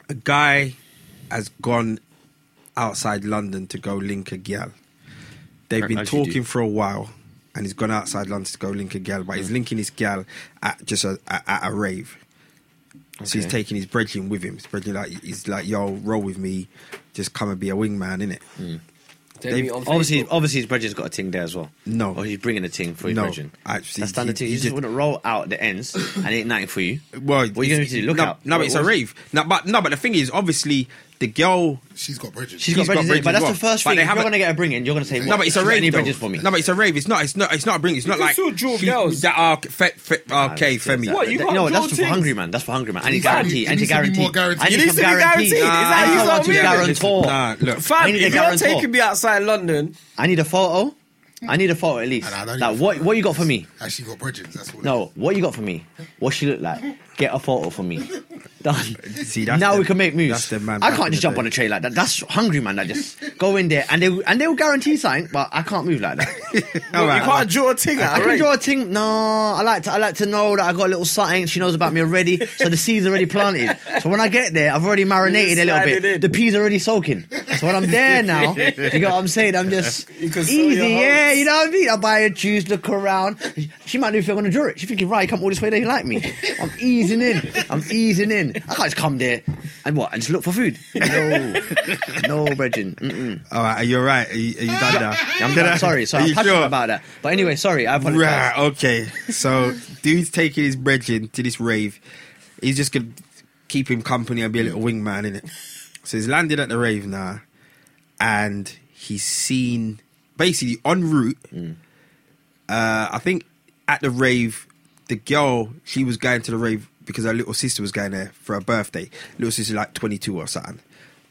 [SPEAKER 2] a guy has gone outside London to go link a girl. They've been
[SPEAKER 3] As you do.
[SPEAKER 2] talking for a while, and he's gone outside London to go link a girl. But he's linking his girl at just a, a, at a rave. So he's
[SPEAKER 3] Okay.
[SPEAKER 2] taking his brethren with him. His brethren like he's like, "Yo, roll with me, just come and be a wingman, innit?"
[SPEAKER 3] Mm.
[SPEAKER 4] They
[SPEAKER 2] they've-
[SPEAKER 4] meet on
[SPEAKER 3] Obviously,
[SPEAKER 4] Facebook.
[SPEAKER 3] obviously, his brethren's got a ting there as well.
[SPEAKER 2] No.
[SPEAKER 3] or he's bringing a ting for his
[SPEAKER 2] No,
[SPEAKER 3] brethren.
[SPEAKER 2] actually,
[SPEAKER 3] that's standard
[SPEAKER 2] he-
[SPEAKER 3] ting.
[SPEAKER 2] he
[SPEAKER 3] You just
[SPEAKER 2] did-
[SPEAKER 3] wouldn't roll out the ends and ain't nothing for you.
[SPEAKER 2] Well,
[SPEAKER 3] what are you going to do? Look
[SPEAKER 2] no,
[SPEAKER 3] out!
[SPEAKER 2] No, but
[SPEAKER 3] What-
[SPEAKER 2] it's a
[SPEAKER 3] what-
[SPEAKER 2] rave. No, but no, but the thing is, obviously, the girl.
[SPEAKER 1] She's got bridges.
[SPEAKER 3] She's
[SPEAKER 2] He's
[SPEAKER 3] got bridges,
[SPEAKER 2] got
[SPEAKER 3] in
[SPEAKER 2] bridges
[SPEAKER 3] it, but that's
[SPEAKER 2] as
[SPEAKER 3] the
[SPEAKER 2] well.
[SPEAKER 3] first
[SPEAKER 2] But
[SPEAKER 3] thing.
[SPEAKER 2] they
[SPEAKER 3] If you're
[SPEAKER 2] haven't-
[SPEAKER 3] gonna get a bring in. You're gonna say
[SPEAKER 2] No, but it's a rave.
[SPEAKER 3] Any
[SPEAKER 2] though.
[SPEAKER 3] bridges for me?
[SPEAKER 2] No, but it's a rave. It's not. It's not. It's not a bring. It's not
[SPEAKER 4] can
[SPEAKER 2] like
[SPEAKER 4] still draw
[SPEAKER 2] she-
[SPEAKER 4] girls.
[SPEAKER 2] that are fe, fe, okay, Femi.
[SPEAKER 4] What, you
[SPEAKER 3] you
[SPEAKER 4] can't
[SPEAKER 3] no,
[SPEAKER 4] draw
[SPEAKER 3] that's for
[SPEAKER 4] things?
[SPEAKER 3] hungry man. That's for hungry man. I need guarantee.
[SPEAKER 4] Exactly.
[SPEAKER 1] It
[SPEAKER 3] I need
[SPEAKER 1] needs to be
[SPEAKER 3] guarantee.
[SPEAKER 1] more guaranteed.
[SPEAKER 3] I
[SPEAKER 1] It
[SPEAKER 3] need
[SPEAKER 4] needs
[SPEAKER 3] some
[SPEAKER 4] to be
[SPEAKER 3] guarantee.
[SPEAKER 4] guaranteed. Is that-
[SPEAKER 3] I
[SPEAKER 4] is
[SPEAKER 3] need
[SPEAKER 4] that
[SPEAKER 3] someone to
[SPEAKER 4] weird?
[SPEAKER 3] guarantor.
[SPEAKER 2] Nah, look.
[SPEAKER 3] I
[SPEAKER 4] Fam,
[SPEAKER 3] need a
[SPEAKER 4] if you're
[SPEAKER 3] guarantor.
[SPEAKER 4] taking me outside London,
[SPEAKER 3] I need a photo. I need a photo at least.
[SPEAKER 1] And I don't
[SPEAKER 3] Like
[SPEAKER 1] even-
[SPEAKER 3] what? What you got for me?
[SPEAKER 1] And she got bridges. That's what.
[SPEAKER 3] No, what you got for me? What she look like? Get a photo for me. Done.
[SPEAKER 2] See, that's
[SPEAKER 3] now
[SPEAKER 2] the-
[SPEAKER 3] we can make moves.
[SPEAKER 2] that's the man
[SPEAKER 3] I
[SPEAKER 2] back in
[SPEAKER 3] can't just
[SPEAKER 2] the
[SPEAKER 3] jump
[SPEAKER 2] day.
[SPEAKER 3] on a tray like that. That's hungry man. That just go in there and they and they will guarantee something, but I can't move like that.
[SPEAKER 2] All
[SPEAKER 4] you
[SPEAKER 2] right, all right.
[SPEAKER 4] can't draw a thing out.
[SPEAKER 3] I can
[SPEAKER 4] right?
[SPEAKER 3] draw a thing. No, I like to. I like to know that I got a little something. She knows about me already, so the seeds already planted. So when I get there, I've already marinated a little
[SPEAKER 4] slide it
[SPEAKER 3] bit.
[SPEAKER 4] in.
[SPEAKER 3] The peas already soaking. So when I'm there now, you know what I'm saying. I'm just
[SPEAKER 4] You can sell
[SPEAKER 3] easy.
[SPEAKER 4] your
[SPEAKER 3] Yeah,
[SPEAKER 4] house.
[SPEAKER 3] you know what I mean. I buy her juice, look around. She might not even think I'm gonna draw it. She thinking, right, you come all this way, don't like me? I'm easing in. I'm easing in. I can't just come there and what and just look for food. No, no, Bridget. Mm-mm.
[SPEAKER 2] All right, are you all right? Are you, are you done now?
[SPEAKER 3] I'm,
[SPEAKER 2] Can I-
[SPEAKER 3] I'm sorry. Sorry,
[SPEAKER 2] Are
[SPEAKER 3] I'm
[SPEAKER 2] you
[SPEAKER 3] passionate
[SPEAKER 2] sure?
[SPEAKER 3] about that. But anyway, sorry. I apologize.
[SPEAKER 2] Right, okay. So, dude's taking his brethren to this rave. He's just going to keep him company and be a little wingman in it. So, he's landed at the rave now, and he's seen basically en route. Uh, I think at the rave, the girl she was going to the rave because her little sister was going there for her birthday. Little sister like 22 or something.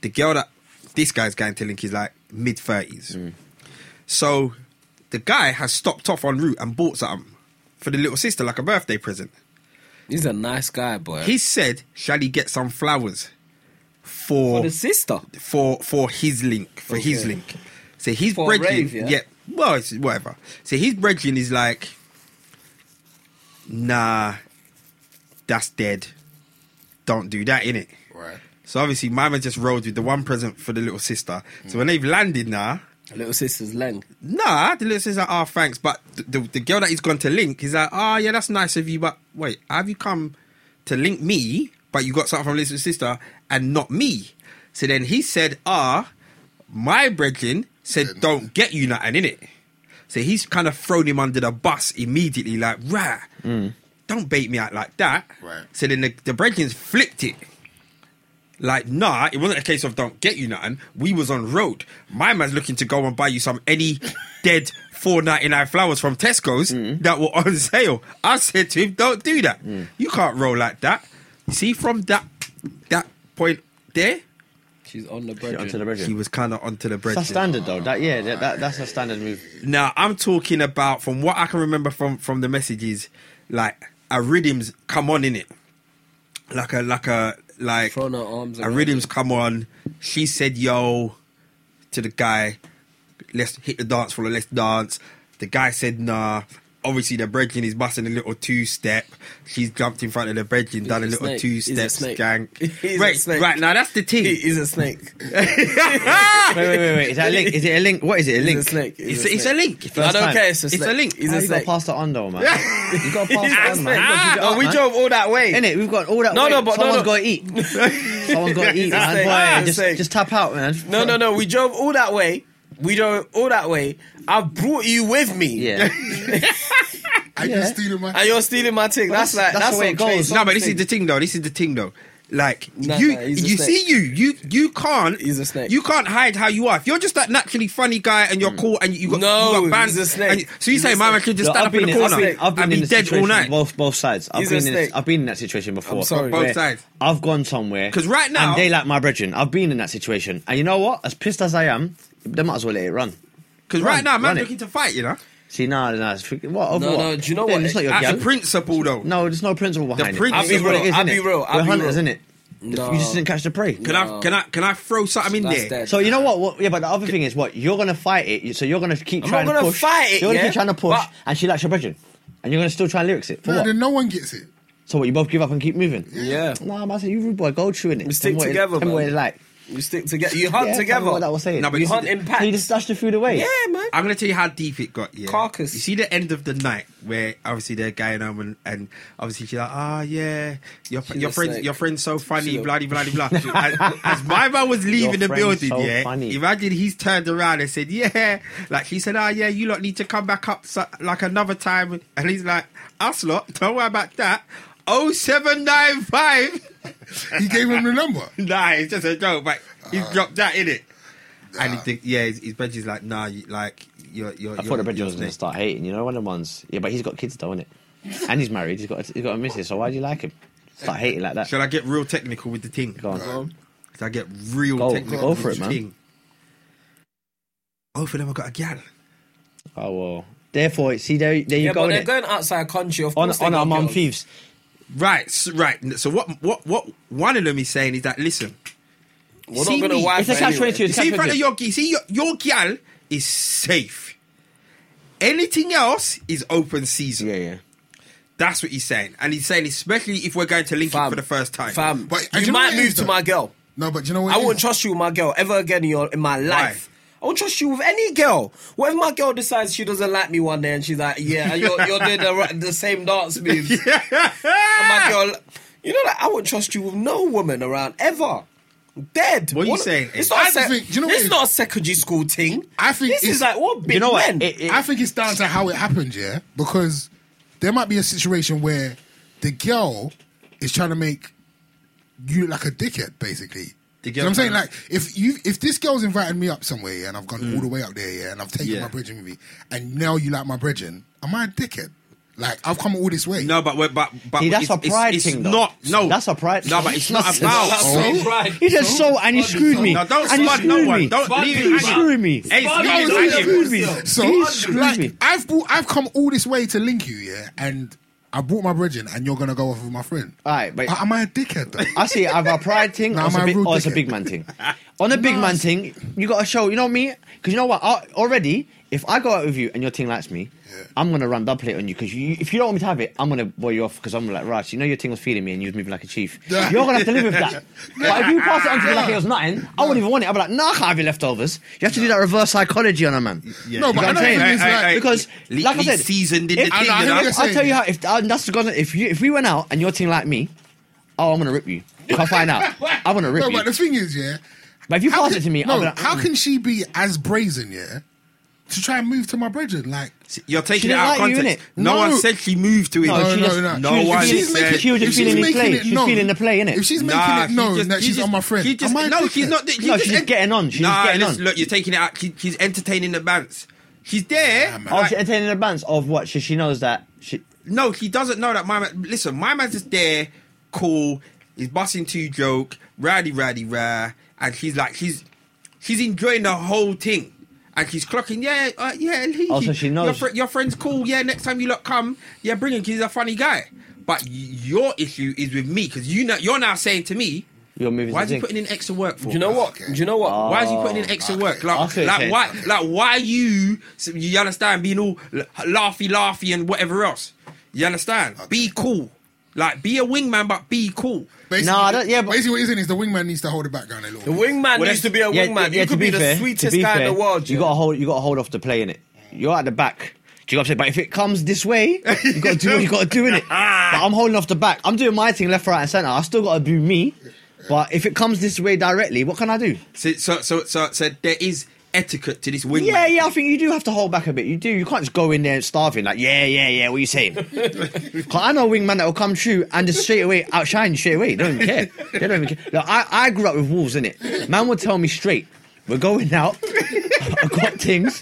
[SPEAKER 2] The girl that this guy's going to link is like mid 30s. So the guy has stopped off en route and bought something for the little sister, like a birthday present.
[SPEAKER 4] He's a nice guy, boy.
[SPEAKER 2] He said, Shall he get some flowers for
[SPEAKER 4] the sister.
[SPEAKER 2] for for his link for his
[SPEAKER 4] Okay.
[SPEAKER 2] link. So his
[SPEAKER 4] For a
[SPEAKER 2] brethren,
[SPEAKER 4] rave,
[SPEAKER 2] yeah?
[SPEAKER 4] yeah?
[SPEAKER 2] Well, it's whatever. So his brethren is like, nah, that's dead. Don't do that, innit?
[SPEAKER 1] Right.
[SPEAKER 2] So obviously, my man just rolled with the one present for the little sister. So when they've landed now,
[SPEAKER 4] Little sister's Leng.
[SPEAKER 2] nah, the little sister's like, ah, thanks. But th- the, the girl that he's gone to link is like, ah, yeah, that's nice of you, but wait, have you come to link me, but you got something from the little sister and not me? So then he said, ah, my brethren said, don't get you nothing in it. So he's kind of thrown him under the bus immediately, like, right, don't bait me out like that.
[SPEAKER 1] Right.
[SPEAKER 2] So then the, the brethren's flipped it. Like, nah, it wasn't a case of don't get you nothing. We was on road. My man's looking to go and buy you some any dead four ninety nine flowers from Tesco's that were on sale. I said to him, don't do that. You can't roll like that. See, from that that point there,
[SPEAKER 4] She's on the
[SPEAKER 3] Shit, onto the
[SPEAKER 4] bridge.
[SPEAKER 3] bridge.
[SPEAKER 2] he was kind of onto the bread.
[SPEAKER 3] That's standard though. That yeah, that, that, that's a standard move.
[SPEAKER 2] Now I'm talking about from what I can remember from from the messages, like a rhythms come on in it, like a like a like
[SPEAKER 4] Thrown her arms
[SPEAKER 2] a
[SPEAKER 4] around
[SPEAKER 2] rhythms come on. She said yo to the guy, let's hit the dance floor, let's dance. The guy said nah. Obviously the brethren is busting a little two step. She's jumped in front of the brethren, done a
[SPEAKER 4] a
[SPEAKER 2] little
[SPEAKER 4] snake.
[SPEAKER 2] two
[SPEAKER 4] He's a
[SPEAKER 2] step
[SPEAKER 4] snake.
[SPEAKER 2] skank.
[SPEAKER 4] He's a
[SPEAKER 2] Right,
[SPEAKER 4] snake.
[SPEAKER 2] right now that's the
[SPEAKER 4] He
[SPEAKER 2] team.
[SPEAKER 4] is a snake.
[SPEAKER 3] Wait, wait, wait, wait. Is that a link? Is it a link? What is it? A
[SPEAKER 4] He's
[SPEAKER 3] link?
[SPEAKER 4] a snake. He's
[SPEAKER 2] It's, it's a
[SPEAKER 4] snake.
[SPEAKER 2] link.
[SPEAKER 4] I don't
[SPEAKER 3] time.
[SPEAKER 4] care. It's a
[SPEAKER 2] It's
[SPEAKER 4] snake.
[SPEAKER 2] a link.
[SPEAKER 4] He's
[SPEAKER 3] How
[SPEAKER 4] a
[SPEAKER 3] you got
[SPEAKER 4] snake.
[SPEAKER 3] to pass that on though, man. you got to
[SPEAKER 4] He's a
[SPEAKER 3] pass that on,
[SPEAKER 4] snake.
[SPEAKER 3] man.
[SPEAKER 2] Ah,
[SPEAKER 4] Oh, we
[SPEAKER 3] man.
[SPEAKER 4] drove all that way.
[SPEAKER 3] Innit, we've got all that.
[SPEAKER 4] No,
[SPEAKER 3] weight.
[SPEAKER 4] no, but no,
[SPEAKER 3] someone's
[SPEAKER 4] no.
[SPEAKER 3] got to eat. Someone's got to eat,
[SPEAKER 4] It's a snake.
[SPEAKER 3] man.
[SPEAKER 4] Ah,
[SPEAKER 3] Boy, just,
[SPEAKER 4] snake.
[SPEAKER 3] just tap out, man.
[SPEAKER 4] No, no, no. We drove all that way. We drove all that way. I brought you with me.
[SPEAKER 3] Yeah,
[SPEAKER 1] Are you
[SPEAKER 3] Yeah.
[SPEAKER 1] stealing my?
[SPEAKER 4] And you're stealing my thing. That's like
[SPEAKER 3] that's
[SPEAKER 4] that's
[SPEAKER 3] the way
[SPEAKER 4] on
[SPEAKER 3] it goes.
[SPEAKER 4] Trace.
[SPEAKER 2] No, but this is the thing though. This is the thing though. Like
[SPEAKER 4] Nah,
[SPEAKER 2] you,
[SPEAKER 4] nah, he's a
[SPEAKER 2] you
[SPEAKER 4] snake.
[SPEAKER 2] see you, you you can't.
[SPEAKER 4] He's a snake.
[SPEAKER 2] You can't hide how you are. If you're just that naturally funny guy and you're cool and you got
[SPEAKER 4] No,
[SPEAKER 2] you got bands,
[SPEAKER 4] he's a snake.
[SPEAKER 2] and you- so you
[SPEAKER 4] He's
[SPEAKER 2] say
[SPEAKER 4] a
[SPEAKER 2] my man
[SPEAKER 4] snake.
[SPEAKER 2] can just
[SPEAKER 3] Look,
[SPEAKER 2] stand
[SPEAKER 3] I've
[SPEAKER 2] up in
[SPEAKER 3] been
[SPEAKER 2] the
[SPEAKER 3] I've
[SPEAKER 2] corner
[SPEAKER 3] been, I've been
[SPEAKER 2] and
[SPEAKER 3] in
[SPEAKER 2] be
[SPEAKER 3] this
[SPEAKER 2] dead all
[SPEAKER 3] situation,
[SPEAKER 2] night.
[SPEAKER 3] Both both sides. I've
[SPEAKER 4] He's
[SPEAKER 3] been
[SPEAKER 4] a
[SPEAKER 3] in this,
[SPEAKER 4] snake.
[SPEAKER 3] I've been in that situation before.
[SPEAKER 4] sorry.
[SPEAKER 2] Both
[SPEAKER 3] where
[SPEAKER 2] sides.
[SPEAKER 3] I've gone somewhere.
[SPEAKER 2] 'Cause right now-
[SPEAKER 3] and they like my brethren. I've been in that situation, and you know what? As pissed as I am, they might as well let it run.
[SPEAKER 2] Because
[SPEAKER 3] Run,
[SPEAKER 2] right now,
[SPEAKER 3] run
[SPEAKER 2] man's
[SPEAKER 3] it.
[SPEAKER 2] looking to fight. You know,
[SPEAKER 3] See, no, no, it's freaking, what? Over
[SPEAKER 4] No,
[SPEAKER 3] what?
[SPEAKER 4] no, do you know
[SPEAKER 3] Then
[SPEAKER 4] what?
[SPEAKER 3] It's not your
[SPEAKER 2] as a
[SPEAKER 3] gal.
[SPEAKER 2] principle though.
[SPEAKER 3] No, there's no principle behind it.
[SPEAKER 2] principle-
[SPEAKER 3] It's what it is,
[SPEAKER 4] I'll be
[SPEAKER 3] innit?
[SPEAKER 4] real, I'll
[SPEAKER 3] We're
[SPEAKER 4] be
[SPEAKER 3] hunters,
[SPEAKER 4] real.
[SPEAKER 3] innit?
[SPEAKER 4] No.
[SPEAKER 3] You just didn't catch the prey.
[SPEAKER 2] Can I can I can I throw something in
[SPEAKER 4] That's
[SPEAKER 2] there?
[SPEAKER 4] dead.
[SPEAKER 3] So you know what? what? Yeah, but the other thing is, what you're gonna fight it. you- So you're gonna keep
[SPEAKER 4] I'm
[SPEAKER 3] trying
[SPEAKER 4] not
[SPEAKER 3] to
[SPEAKER 4] gonna
[SPEAKER 3] push.
[SPEAKER 4] fight it,
[SPEAKER 3] You're gonna
[SPEAKER 4] yeah?
[SPEAKER 3] keep trying to push,
[SPEAKER 4] But-
[SPEAKER 3] and she likes your brethren, and you're gonna still try and lyrics it. For
[SPEAKER 1] No,
[SPEAKER 3] what?
[SPEAKER 1] then no one gets it.
[SPEAKER 3] So what? You both give up and keep moving.
[SPEAKER 4] Yeah.
[SPEAKER 3] Nah, man, I said you rude boy, go through in it.
[SPEAKER 4] We
[SPEAKER 3] Tell
[SPEAKER 4] stick
[SPEAKER 3] me what it-
[SPEAKER 4] together,
[SPEAKER 3] Tell me what
[SPEAKER 4] man.
[SPEAKER 3] it like.
[SPEAKER 4] You stick together. You hunt
[SPEAKER 3] Yeah, tell me
[SPEAKER 4] together.
[SPEAKER 3] What that was saying.
[SPEAKER 2] No, but
[SPEAKER 4] you
[SPEAKER 2] this is
[SPEAKER 4] hunt
[SPEAKER 2] the-
[SPEAKER 4] in
[SPEAKER 3] so you
[SPEAKER 4] packs.
[SPEAKER 3] just Ah, dash the food away.
[SPEAKER 4] yeah, man.
[SPEAKER 2] I'm gonna tell you how deep it got. Yeah,
[SPEAKER 4] Carcass.
[SPEAKER 2] You see the end of the night where obviously they're going home and, and obviously she's like, ah, yeah, your
[SPEAKER 4] She's
[SPEAKER 2] your
[SPEAKER 4] a
[SPEAKER 2] friends,
[SPEAKER 4] snake.
[SPEAKER 2] your friends so funny,
[SPEAKER 4] She's a-
[SPEAKER 2] bloody bloody blah. as, as my man was leaving
[SPEAKER 3] Your
[SPEAKER 2] the
[SPEAKER 3] friend's
[SPEAKER 2] building,
[SPEAKER 3] so
[SPEAKER 2] yeah,
[SPEAKER 3] funny.
[SPEAKER 2] imagine he's turned around and said, yeah, like he said, ah, yeah, you lot need to come back up so, like another time, and he's like, us lot, don't worry about that. 0795.
[SPEAKER 1] He gave him the number.
[SPEAKER 2] nah, it's just a joke, but he dropped that in it. And he think, yeah, his, his Benji's like, nah, you, like you're, you're.
[SPEAKER 3] I thought the Benji was going to start hating. You know, one of the ones. Yeah, but he's got kids though, innit? And he's married. He's got a, he's got a missus. So why do you like him? Start hating like that.
[SPEAKER 2] Shall I get real technical with the thing?
[SPEAKER 3] Go on.
[SPEAKER 2] Shall I get real
[SPEAKER 3] Go-
[SPEAKER 2] technical
[SPEAKER 3] go
[SPEAKER 2] with
[SPEAKER 3] for it,
[SPEAKER 2] the
[SPEAKER 3] man.
[SPEAKER 2] thing? Both of them have got a gal.
[SPEAKER 3] Oh well. Therefore, see there, there you
[SPEAKER 4] yeah,
[SPEAKER 3] go.
[SPEAKER 4] but they're
[SPEAKER 3] innit?
[SPEAKER 4] going outside country. Of
[SPEAKER 3] on
[SPEAKER 4] course they
[SPEAKER 3] on
[SPEAKER 4] don't
[SPEAKER 3] our mum
[SPEAKER 4] get on.
[SPEAKER 3] thieves.
[SPEAKER 2] Right, so, right. So what? What? What? One of them is saying is that listen,
[SPEAKER 4] We're
[SPEAKER 2] See
[SPEAKER 4] not going
[SPEAKER 2] me.
[SPEAKER 4] to wife
[SPEAKER 3] It's a
[SPEAKER 4] her
[SPEAKER 3] catch
[SPEAKER 4] anyway.
[SPEAKER 3] twenty two.
[SPEAKER 2] you see in front of your you see your, your gal is safe. Anything else is open season.
[SPEAKER 3] Yeah, yeah.
[SPEAKER 2] That's what he's saying, and he's saying especially if we're going to link it
[SPEAKER 4] Fam.
[SPEAKER 2] for the first time.
[SPEAKER 4] Fam,
[SPEAKER 1] But, uh, do
[SPEAKER 4] you
[SPEAKER 1] you know
[SPEAKER 4] might
[SPEAKER 1] what it
[SPEAKER 4] move
[SPEAKER 1] is,
[SPEAKER 4] to
[SPEAKER 1] though?
[SPEAKER 4] my girl.
[SPEAKER 1] No, but do you know what?
[SPEAKER 4] I
[SPEAKER 1] it
[SPEAKER 4] wouldn't
[SPEAKER 1] is?
[SPEAKER 4] trust you with my girl ever again in, your, in my life. I won't trust you with any girl. What if my girl decides she doesn't like me one day and she's like, yeah, and you're, you're doing the, ra- the same dance moves. And my girl, you know, like, I wouldn't trust you with no woman around ever. Dead.
[SPEAKER 2] What are you saying,
[SPEAKER 4] It's
[SPEAKER 2] Ed?
[SPEAKER 4] not,
[SPEAKER 1] I
[SPEAKER 4] a sec-
[SPEAKER 1] think- do you know what
[SPEAKER 4] this
[SPEAKER 1] it
[SPEAKER 4] is
[SPEAKER 1] is?
[SPEAKER 4] not a secondary school thing.
[SPEAKER 1] I think
[SPEAKER 4] this
[SPEAKER 1] it's-
[SPEAKER 4] is like what big
[SPEAKER 3] You know
[SPEAKER 4] men.
[SPEAKER 3] what? It- it-
[SPEAKER 1] I think it's down to how it happened, yeah. Because there might be a situation where the girl is trying to make you look like a dickhead, basically.
[SPEAKER 2] The
[SPEAKER 1] you know
[SPEAKER 2] girl
[SPEAKER 1] what I'm saying?
[SPEAKER 2] trying Mm.
[SPEAKER 1] Like, if you if this girl's invited me up somewhere yeah, and I've gone all the way up there, yeah, and I've taken
[SPEAKER 2] Yeah.
[SPEAKER 1] my bridging with me, and now you like my bridging, am I a dickhead? Like, I've come all this way.
[SPEAKER 2] No, but we're, but but
[SPEAKER 3] See, that's
[SPEAKER 2] it's,
[SPEAKER 3] a pride
[SPEAKER 2] it's, it's
[SPEAKER 3] thing, though.
[SPEAKER 2] Not no,
[SPEAKER 3] That's a pride-
[SPEAKER 2] No, but it's not
[SPEAKER 3] That's-
[SPEAKER 2] about.
[SPEAKER 4] That's
[SPEAKER 1] Oh.
[SPEAKER 4] so right.
[SPEAKER 3] He just so and he screwed me.
[SPEAKER 2] No, don't
[SPEAKER 3] and he
[SPEAKER 2] smart no
[SPEAKER 3] screwed
[SPEAKER 2] one.
[SPEAKER 3] me.
[SPEAKER 2] Don't
[SPEAKER 4] Fuck
[SPEAKER 2] leave
[SPEAKER 4] you,
[SPEAKER 2] it.
[SPEAKER 4] man.
[SPEAKER 2] hanging.
[SPEAKER 3] Screwed me.
[SPEAKER 2] Hey,
[SPEAKER 4] Fuck
[SPEAKER 2] leave
[SPEAKER 4] you,
[SPEAKER 2] it
[SPEAKER 4] man.
[SPEAKER 2] hanging.
[SPEAKER 4] Screwed me.
[SPEAKER 1] So,
[SPEAKER 3] He screwed
[SPEAKER 1] like,
[SPEAKER 3] me.
[SPEAKER 1] I've brought, I've come all this way to link you, yeah, and I brought my bridging, and you're gonna go off with my friend.
[SPEAKER 3] Alright, but-
[SPEAKER 1] A- am I a dickhead though?
[SPEAKER 3] I see. Either a pride thing
[SPEAKER 1] Nah,
[SPEAKER 3] or, it's
[SPEAKER 1] man,
[SPEAKER 3] a big,
[SPEAKER 1] rude
[SPEAKER 3] or it's a
[SPEAKER 1] dickhead.
[SPEAKER 3] big man thing. On a big man thing, you got to show. You know me, because you know what? I, already, if I go out with you and your thing likes me, I'm gonna run double it on you. Because you, if you don't want me to have it, I'm gonna boy you off. Because I'm like, right, you know your thing was feeling me and you was moving like a chief. You're gonna have to live with that. but if you pass it on to me like it was nothing, I wouldn't even want it. I'd be like, nah, I can't have your leftovers. You have to do that reverse psychology on a man.
[SPEAKER 1] No, Oh, but
[SPEAKER 3] You know
[SPEAKER 1] I
[SPEAKER 3] what
[SPEAKER 1] don't
[SPEAKER 3] I'm saying?
[SPEAKER 1] think it's
[SPEAKER 2] Hey, hey,
[SPEAKER 1] like.
[SPEAKER 2] hey,
[SPEAKER 3] Because,
[SPEAKER 2] Le-
[SPEAKER 3] like I
[SPEAKER 2] least
[SPEAKER 3] said,
[SPEAKER 2] seasoned in the
[SPEAKER 3] if-
[SPEAKER 2] thing.
[SPEAKER 1] I know, I
[SPEAKER 2] you
[SPEAKER 1] hear
[SPEAKER 2] know?
[SPEAKER 1] what you're
[SPEAKER 3] I'll tell you
[SPEAKER 1] saying.
[SPEAKER 3] how. If uh, that's gonna, if you if we went out and your thing like me, oh, I'm gonna rip you. If I find out, I'm gonna rip
[SPEAKER 1] No,
[SPEAKER 3] you.
[SPEAKER 1] but the thing is, yeah.
[SPEAKER 3] But if you
[SPEAKER 1] How
[SPEAKER 3] pass
[SPEAKER 1] can-
[SPEAKER 3] it to me,
[SPEAKER 1] no,
[SPEAKER 3] I'm gonna.
[SPEAKER 1] how can she be as brazen, yeah, to try and move to my brethren? Like,
[SPEAKER 2] You're taking it
[SPEAKER 3] didn't
[SPEAKER 2] out of
[SPEAKER 3] like you,
[SPEAKER 2] context.
[SPEAKER 3] innit?
[SPEAKER 2] No,
[SPEAKER 1] No.
[SPEAKER 2] one said she moved to it.
[SPEAKER 3] No,
[SPEAKER 1] No,
[SPEAKER 3] oh, she
[SPEAKER 1] no,
[SPEAKER 3] just,
[SPEAKER 1] no.
[SPEAKER 2] No
[SPEAKER 3] she was
[SPEAKER 2] one
[SPEAKER 3] feeling,
[SPEAKER 2] She's making-
[SPEAKER 3] she was
[SPEAKER 1] if
[SPEAKER 3] just
[SPEAKER 1] she's
[SPEAKER 3] feeling the
[SPEAKER 1] making
[SPEAKER 3] play.
[SPEAKER 1] it
[SPEAKER 3] She's
[SPEAKER 1] known-
[SPEAKER 3] feeling the play, innit?
[SPEAKER 1] If she's making
[SPEAKER 2] Nah,
[SPEAKER 1] it
[SPEAKER 2] she
[SPEAKER 1] known
[SPEAKER 2] just-
[SPEAKER 1] that
[SPEAKER 2] she
[SPEAKER 1] she's
[SPEAKER 2] just-
[SPEAKER 1] on my friend,
[SPEAKER 2] she just-
[SPEAKER 1] am I a
[SPEAKER 2] no, she's
[SPEAKER 1] dickhead?
[SPEAKER 2] not. she
[SPEAKER 3] No,
[SPEAKER 2] just
[SPEAKER 3] she's
[SPEAKER 2] en-
[SPEAKER 3] getting on, she's
[SPEAKER 2] nah,
[SPEAKER 3] getting
[SPEAKER 2] listen,
[SPEAKER 3] on.
[SPEAKER 2] look, you're taking it out. She, she's entertaining the bands. She's there.
[SPEAKER 1] Nah, man.
[SPEAKER 3] oh,
[SPEAKER 2] like-
[SPEAKER 3] she's entertaining the bands of what? She, she knows that. She,
[SPEAKER 2] no, he doesn't know that my man. Listen, my man's just there, cool. He's busting two joke, rowdy, rowdy, rah, and he's like, he's he's enjoying the whole thing, and he's clocking, yeah, uh, yeah. He,
[SPEAKER 3] Oh, so she knows.
[SPEAKER 2] your, fri- your friend's cool. Yeah, next time you lot come, yeah, bring him. 'cause He's a funny guy. But y- your issue is with me because you know you're now saying to me,
[SPEAKER 3] You're moving
[SPEAKER 2] Why
[SPEAKER 3] the
[SPEAKER 2] is he
[SPEAKER 3] thing."
[SPEAKER 2] putting in extra work for?
[SPEAKER 4] Do you know what?
[SPEAKER 1] Okay.
[SPEAKER 4] Do you know what?
[SPEAKER 3] Uh,
[SPEAKER 2] Why is he putting in extra work? Like,
[SPEAKER 3] Okay,
[SPEAKER 2] like
[SPEAKER 3] okay.
[SPEAKER 2] why? Like why you? so You understand? Being all la- laughy, laughy, and whatever else. You understand? Be cool. Like be a wingman, but be cool.
[SPEAKER 1] Basically,
[SPEAKER 3] No, I don't- yeah, but-
[SPEAKER 1] basically what he's in is the wingman needs to hold it back down a little.
[SPEAKER 4] The
[SPEAKER 1] bit.
[SPEAKER 2] Well,
[SPEAKER 4] wingman needs to be a
[SPEAKER 3] yeah,
[SPEAKER 4] wingman.
[SPEAKER 3] yeah,
[SPEAKER 4] you
[SPEAKER 3] to
[SPEAKER 4] could be,
[SPEAKER 3] be, fair,
[SPEAKER 4] the sweetest
[SPEAKER 3] to be
[SPEAKER 4] guy
[SPEAKER 3] fair,
[SPEAKER 4] in the world.
[SPEAKER 3] You
[SPEAKER 4] yeah.
[SPEAKER 3] got to hold. You got to hold off the play in it. You're at the back. Do you know what I'm saying? But if it comes this way, you got to do what you got to do in it. But I'm holding off the back. I'm doing my thing left, right, and centre. I still got to do me. But if it comes this way directly, what can I do?
[SPEAKER 2] So so so so, so there is etiquette to this wingman.
[SPEAKER 3] Yeah, yeah, I think you do have to hold back a bit. You do. You can't just go in there starving like, yeah, yeah, yeah. What are you saying? 'Cause I know wingman that will come true and just straight away outshine you straight away. They don't even care. They don't even care. Look, I, I grew up with wolves in it. Man would tell me straight, we're going out. I got things.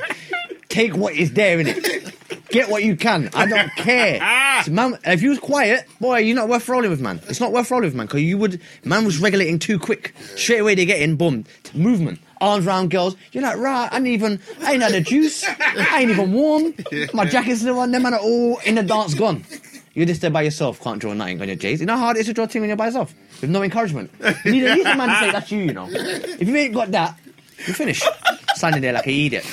[SPEAKER 3] Take what is there in it. Get what you can. I don't care. So man, if you was quiet, boy, you're not worth rolling with, man. It's not worth rolling with, man, because you would. Man was regulating too quick. Straight away they get in, boom, movement, arms round girls. You're like, right, I ain't even, I ain't had a juice. I ain't even warm. My jacket's the one. Them man are all in the dance gone. You're just there by yourself, can't draw nothing on your J's. You know how hard it is to draw a thing when you're by yourself with no encouragement. You need, you need a man to say that's you, you know. If you ain't got that, you're finished. Standing there like an idiot.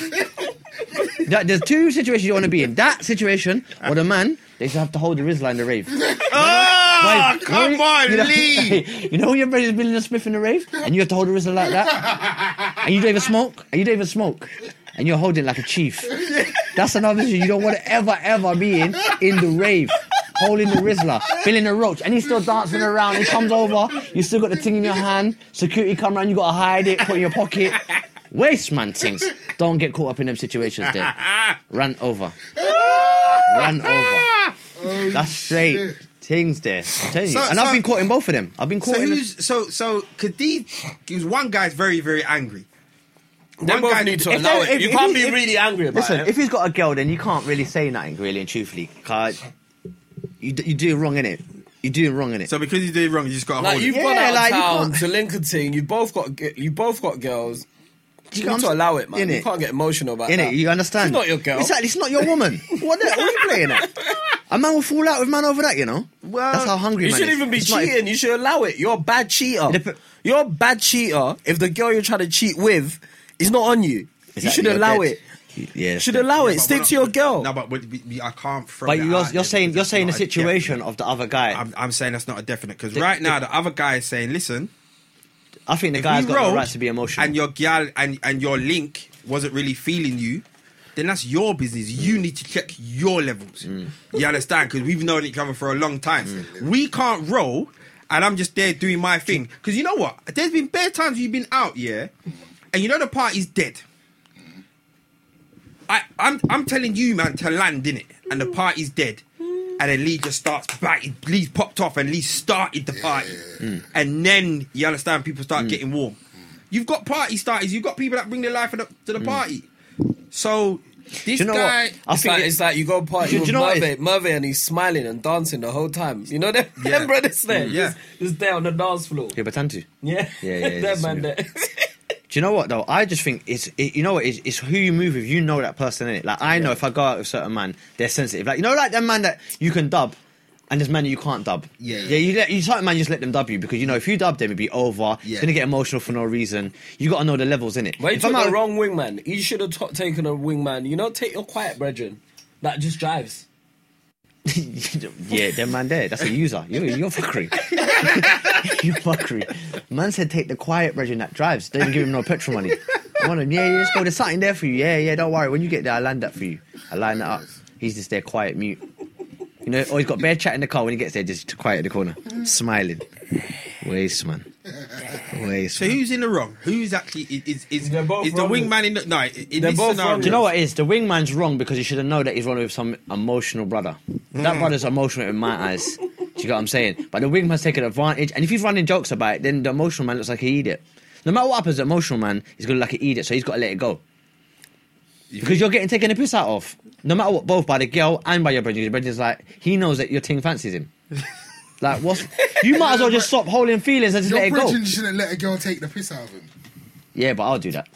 [SPEAKER 3] That, there's two situations you want to be in: that situation or the man. They just have to hold the Rizla in the rave.
[SPEAKER 2] Ah,
[SPEAKER 3] Like,
[SPEAKER 2] come on,
[SPEAKER 3] you know,
[SPEAKER 2] Lee.
[SPEAKER 3] you know when your brother's been in a spliff in the rave, and you have to hold a Rizla like that, and you don't even smoke, and you don't even smoke, and you're holding like a chief. That's another issue you don't want to ever, ever be in in the rave. Holding the Rizla, feeling the roach, and he's still dancing around. He comes over, you still got the thing in your hand. Security come around, you gotta hide it, put it in your pocket. Waste man things. Don't get caught up in them situations there.
[SPEAKER 2] Ah. Oh,
[SPEAKER 3] Run over. Run over. That's straight. things there. I'm telling you.
[SPEAKER 2] So-
[SPEAKER 3] and
[SPEAKER 2] so-
[SPEAKER 3] I've been caught in both of them. I've been caught
[SPEAKER 2] So
[SPEAKER 3] in. the-
[SPEAKER 2] who's so so Khadid? Because one guy's very very angry.
[SPEAKER 4] They
[SPEAKER 2] One
[SPEAKER 4] both
[SPEAKER 2] guy-
[SPEAKER 4] need to
[SPEAKER 3] if
[SPEAKER 4] allow
[SPEAKER 3] they-
[SPEAKER 4] it.
[SPEAKER 3] if-
[SPEAKER 4] you
[SPEAKER 3] if
[SPEAKER 4] can't
[SPEAKER 3] he-
[SPEAKER 4] be
[SPEAKER 3] if-
[SPEAKER 4] really angry about
[SPEAKER 3] Listen,
[SPEAKER 4] it.
[SPEAKER 3] if he's got a girl, then you can't really say nothing, really and truthfully. 'cause you d- you're doing wrong in it. You're doing wrong in it.
[SPEAKER 2] So because he did wrong, you just got to
[SPEAKER 4] like
[SPEAKER 2] hold
[SPEAKER 4] you've
[SPEAKER 2] it.
[SPEAKER 3] Yeah,
[SPEAKER 4] gone out
[SPEAKER 3] like, you
[SPEAKER 4] of town
[SPEAKER 3] can't-
[SPEAKER 4] to Lincoln, you both got gi- you both got girls. You,
[SPEAKER 3] know what
[SPEAKER 4] need to
[SPEAKER 3] I'm
[SPEAKER 4] allow it, man.
[SPEAKER 3] saying?
[SPEAKER 4] you
[SPEAKER 3] Innit?
[SPEAKER 4] can't get emotional about
[SPEAKER 3] In
[SPEAKER 4] that.
[SPEAKER 3] it, you understand?
[SPEAKER 4] It's uh, not your girl.
[SPEAKER 3] Exactly, it's not your woman. what, the, what are you playing at? A man will fall out with a man over that, you know.
[SPEAKER 2] Well,
[SPEAKER 3] that's how hungry
[SPEAKER 4] You
[SPEAKER 3] man
[SPEAKER 4] shouldn't
[SPEAKER 3] is.
[SPEAKER 4] even be
[SPEAKER 3] It's not-
[SPEAKER 4] cheating. you should allow it. You're a bad cheater.
[SPEAKER 3] It dep-
[SPEAKER 4] you're a bad cheater. If the girl you're trying to cheat with is not on you, you
[SPEAKER 3] Exactly,
[SPEAKER 4] should
[SPEAKER 3] you're
[SPEAKER 4] allow
[SPEAKER 3] dead.
[SPEAKER 4] it.
[SPEAKER 3] yeah,
[SPEAKER 4] You should allow it.
[SPEAKER 2] But
[SPEAKER 4] Stick
[SPEAKER 2] we're
[SPEAKER 4] to
[SPEAKER 2] not-
[SPEAKER 4] your girl.
[SPEAKER 2] No, but we, we, we- I can't throw.
[SPEAKER 3] But
[SPEAKER 2] that
[SPEAKER 3] you're,
[SPEAKER 2] out
[SPEAKER 3] you're
[SPEAKER 2] there
[SPEAKER 3] saying
[SPEAKER 2] because
[SPEAKER 3] you're
[SPEAKER 2] that's
[SPEAKER 3] saying the
[SPEAKER 2] not a
[SPEAKER 3] situation
[SPEAKER 2] definite.
[SPEAKER 3] of the other guy. i
[SPEAKER 2] I'm, I'm saying that's not a definite because right now the other guy is saying, listen,
[SPEAKER 3] think the
[SPEAKER 2] if
[SPEAKER 3] guy's
[SPEAKER 2] we
[SPEAKER 3] got
[SPEAKER 2] rolled
[SPEAKER 3] the right to be emotional.
[SPEAKER 2] and your gal and and your link wasn't really feeling you. Then that's your business. You
[SPEAKER 3] Mm.
[SPEAKER 2] need to check your levels. You understand? Because we've known each other for a long time.
[SPEAKER 3] Mm.
[SPEAKER 2] We can't roll, and I'm just there doing my thing. Because you know what? There's been bare times you've been out, yeah, and you know the party's dead. I, I'm I'm telling you, man, to land in it, and the party's dead, and then Lee just starts biting. Lee popped off, and Lee started the party, and then you understand people start
[SPEAKER 3] Mm.
[SPEAKER 2] getting warm. You've got party starters. You've got people that bring their life to the, to the party. So this
[SPEAKER 3] Mm. you know
[SPEAKER 2] guy,
[SPEAKER 3] what? I
[SPEAKER 4] it's,
[SPEAKER 3] think
[SPEAKER 4] like,
[SPEAKER 3] it-
[SPEAKER 4] it's like you go party
[SPEAKER 3] Do you-
[SPEAKER 4] with
[SPEAKER 3] do you know what it
[SPEAKER 4] Merve, Merve and he's smiling and dancing the whole time. You know them,
[SPEAKER 2] Yeah.
[SPEAKER 4] them brothers there?
[SPEAKER 2] Mm, yeah.
[SPEAKER 4] Just, just there on the dance floor.
[SPEAKER 3] yeah, but Tantu,
[SPEAKER 4] Yeah.
[SPEAKER 3] Yeah, yeah, yeah,
[SPEAKER 4] that
[SPEAKER 3] yeah.
[SPEAKER 4] man there.
[SPEAKER 3] Do you know what though? I just think it's it, you know what it's, it's who you move with. You know that person in it. Like I know if I go out with certain man, they're sensitive. Like you know, like that man that you can dub, and there's man you can't dub.
[SPEAKER 2] Yeah, yeah.
[SPEAKER 3] yeah. You let you certain man you just let them dub you because you know if you dub them, it'd be over.
[SPEAKER 2] Yeah.
[SPEAKER 3] It's gonna get emotional for no reason. You got to know the levels in it.
[SPEAKER 4] But you
[SPEAKER 3] if I'm
[SPEAKER 4] took
[SPEAKER 3] out
[SPEAKER 4] the wrong wingman. You should have t- taken a wingman. You know, take your quiet brethren that just drives.
[SPEAKER 3] yeah, that man there. That's a user. You, you're fuckery. you fuckery. Man said take the quiet version that drives. They didn't give him no petrol money. I want him, yeah, yeah, let's go. There's something there for you. Yeah, yeah, don't worry. When you get there, I land that for you. I line that up. He's just there, quiet, mute. You know, or he's got bare chat in the car when he gets there, just quiet in the corner, smiling. Waste, man. Waste.
[SPEAKER 2] so
[SPEAKER 3] Man.
[SPEAKER 2] who's in the wrong? Who's actually i- is is, is
[SPEAKER 4] They're
[SPEAKER 2] the
[SPEAKER 4] both wrong.
[SPEAKER 2] wingman in the no? i- In
[SPEAKER 4] They're
[SPEAKER 2] this
[SPEAKER 4] both
[SPEAKER 2] scenario,
[SPEAKER 4] wrong.
[SPEAKER 3] Do you know what it is? The wingman's wrong because he should have known that he's running with some emotional brother. That brother's emotional in my eyes. Do you get what I'm saying? But the wingman's taking advantage, and if he's running jokes about it, then the emotional man looks like an idiot. No matter what happens, the emotional man is going to look like an idiot, so he's got to let it go. Because you're getting taken the piss out of. No matter what, both by the girl and by your brother. Your brother's like, he knows that your thing fancies him. like, what's. You might as well just stop holding feelings and just
[SPEAKER 1] Your
[SPEAKER 3] let it go.
[SPEAKER 1] brethren shouldn't let a girl take the piss out of him.
[SPEAKER 3] Yeah, but I'll do that.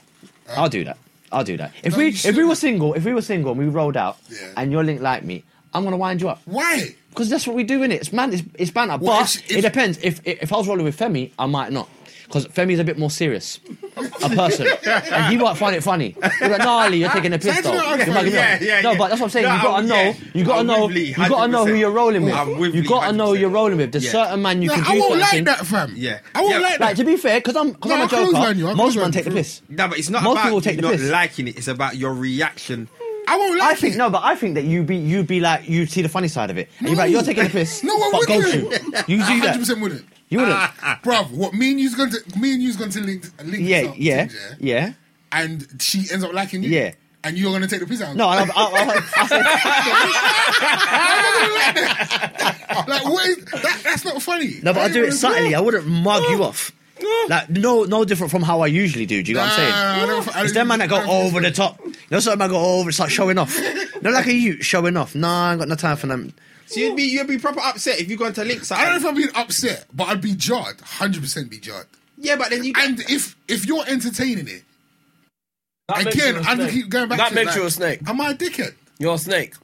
[SPEAKER 3] I'll do that. I'll do that. If
[SPEAKER 1] No,
[SPEAKER 3] we
[SPEAKER 1] you
[SPEAKER 3] if we were
[SPEAKER 1] shouldn't.
[SPEAKER 3] single, if we were single and we rolled out,
[SPEAKER 1] Yeah.
[SPEAKER 3] and you're linked like me, I'm gonna wind you up
[SPEAKER 1] Why?
[SPEAKER 3] because that's what we do in it. It's man, it's, it's banter.
[SPEAKER 1] Well,
[SPEAKER 3] but
[SPEAKER 1] if- if-
[SPEAKER 3] it depends. If if I was rolling with Femi, I might not. Because Femi's a bit more serious, a person, and he might find it funny. He'll be like, "Nah, Ali, you're taking a piss
[SPEAKER 1] Sounds
[SPEAKER 3] though."
[SPEAKER 1] a bit
[SPEAKER 3] You're
[SPEAKER 1] unfair.
[SPEAKER 3] mugging me
[SPEAKER 2] Yeah,
[SPEAKER 3] off.
[SPEAKER 2] yeah,
[SPEAKER 3] no,
[SPEAKER 2] yeah.
[SPEAKER 3] but that's what I'm saying.
[SPEAKER 2] No,
[SPEAKER 3] you gotta
[SPEAKER 2] I'm-
[SPEAKER 3] know.
[SPEAKER 2] yeah.
[SPEAKER 3] You gotta
[SPEAKER 2] I'm
[SPEAKER 3] know.
[SPEAKER 2] with Lee,
[SPEAKER 3] you gotta know who
[SPEAKER 2] 100%.
[SPEAKER 3] you're rolling with.
[SPEAKER 2] I'm with
[SPEAKER 3] you
[SPEAKER 2] Lee,
[SPEAKER 3] gotta know who you're
[SPEAKER 2] 100%.
[SPEAKER 3] rolling with. There's
[SPEAKER 2] Yeah.
[SPEAKER 3] certain man you
[SPEAKER 1] No,
[SPEAKER 3] can do
[SPEAKER 1] I won't
[SPEAKER 3] certain
[SPEAKER 1] like
[SPEAKER 3] things.
[SPEAKER 1] that, fam.
[SPEAKER 2] Yeah.
[SPEAKER 1] I won't
[SPEAKER 2] Yeah.
[SPEAKER 1] like
[SPEAKER 3] Like
[SPEAKER 1] that.
[SPEAKER 3] to be fair, because I'm because
[SPEAKER 1] No,
[SPEAKER 3] I'm a
[SPEAKER 1] I close
[SPEAKER 3] joker.
[SPEAKER 1] on you, I
[SPEAKER 3] most
[SPEAKER 1] close on
[SPEAKER 3] men
[SPEAKER 1] you,
[SPEAKER 3] take the
[SPEAKER 1] true.
[SPEAKER 3] piss.
[SPEAKER 2] No, but it's not
[SPEAKER 3] Most
[SPEAKER 2] about
[SPEAKER 3] people take
[SPEAKER 2] you
[SPEAKER 3] the
[SPEAKER 2] not
[SPEAKER 3] piss.
[SPEAKER 2] liking it. It's about your reaction.
[SPEAKER 1] I won't like
[SPEAKER 3] I think
[SPEAKER 1] it.
[SPEAKER 3] no, but I think that you be you be like you see the funny side of it. And you're like you're taking the piss.
[SPEAKER 1] No, I
[SPEAKER 3] but go
[SPEAKER 1] wouldn't. Ah.
[SPEAKER 3] to. You do
[SPEAKER 1] hundred
[SPEAKER 3] that.
[SPEAKER 1] percent wouldn't.
[SPEAKER 3] You wouldn't.
[SPEAKER 1] Bruv, what me and you's going to me and you's going to link, link
[SPEAKER 3] yeah,
[SPEAKER 1] up,
[SPEAKER 3] yeah,
[SPEAKER 1] things,
[SPEAKER 3] yeah.
[SPEAKER 1] and she ends up liking you.
[SPEAKER 3] Yeah.
[SPEAKER 1] And you're gonna take the piss out. of
[SPEAKER 3] No,
[SPEAKER 1] her.
[SPEAKER 3] I, I, I, I said,
[SPEAKER 1] like what is that? That's not funny.
[SPEAKER 3] no, but I do it subtly. I wouldn't mug
[SPEAKER 1] Oh.
[SPEAKER 3] you off. Like no, no different from how I usually do. Do you know what
[SPEAKER 1] Nah, Ah, I don't- I
[SPEAKER 3] I'm saying?
[SPEAKER 1] don't-
[SPEAKER 3] It's them man that go
[SPEAKER 1] I don't-
[SPEAKER 3] over the top. You know, certain man go over, it's like showing off. Not like a you showing off. Nah, I ain't got no time for them.
[SPEAKER 2] So you'd be you'd be proper upset if you go into links.
[SPEAKER 1] I don't know if I'm being upset, but I'd be jarred. Hundred percent be jarred.
[SPEAKER 2] Yeah, but then you
[SPEAKER 1] And if if you're entertaining it,
[SPEAKER 4] That makes
[SPEAKER 1] again,
[SPEAKER 4] you a
[SPEAKER 1] I'm gonna
[SPEAKER 4] snake.
[SPEAKER 1] keep going back
[SPEAKER 4] That
[SPEAKER 1] to
[SPEAKER 4] makes
[SPEAKER 1] it,
[SPEAKER 4] you a
[SPEAKER 1] like,
[SPEAKER 4] snake.
[SPEAKER 1] Am I a dickhead?
[SPEAKER 4] You're a snake.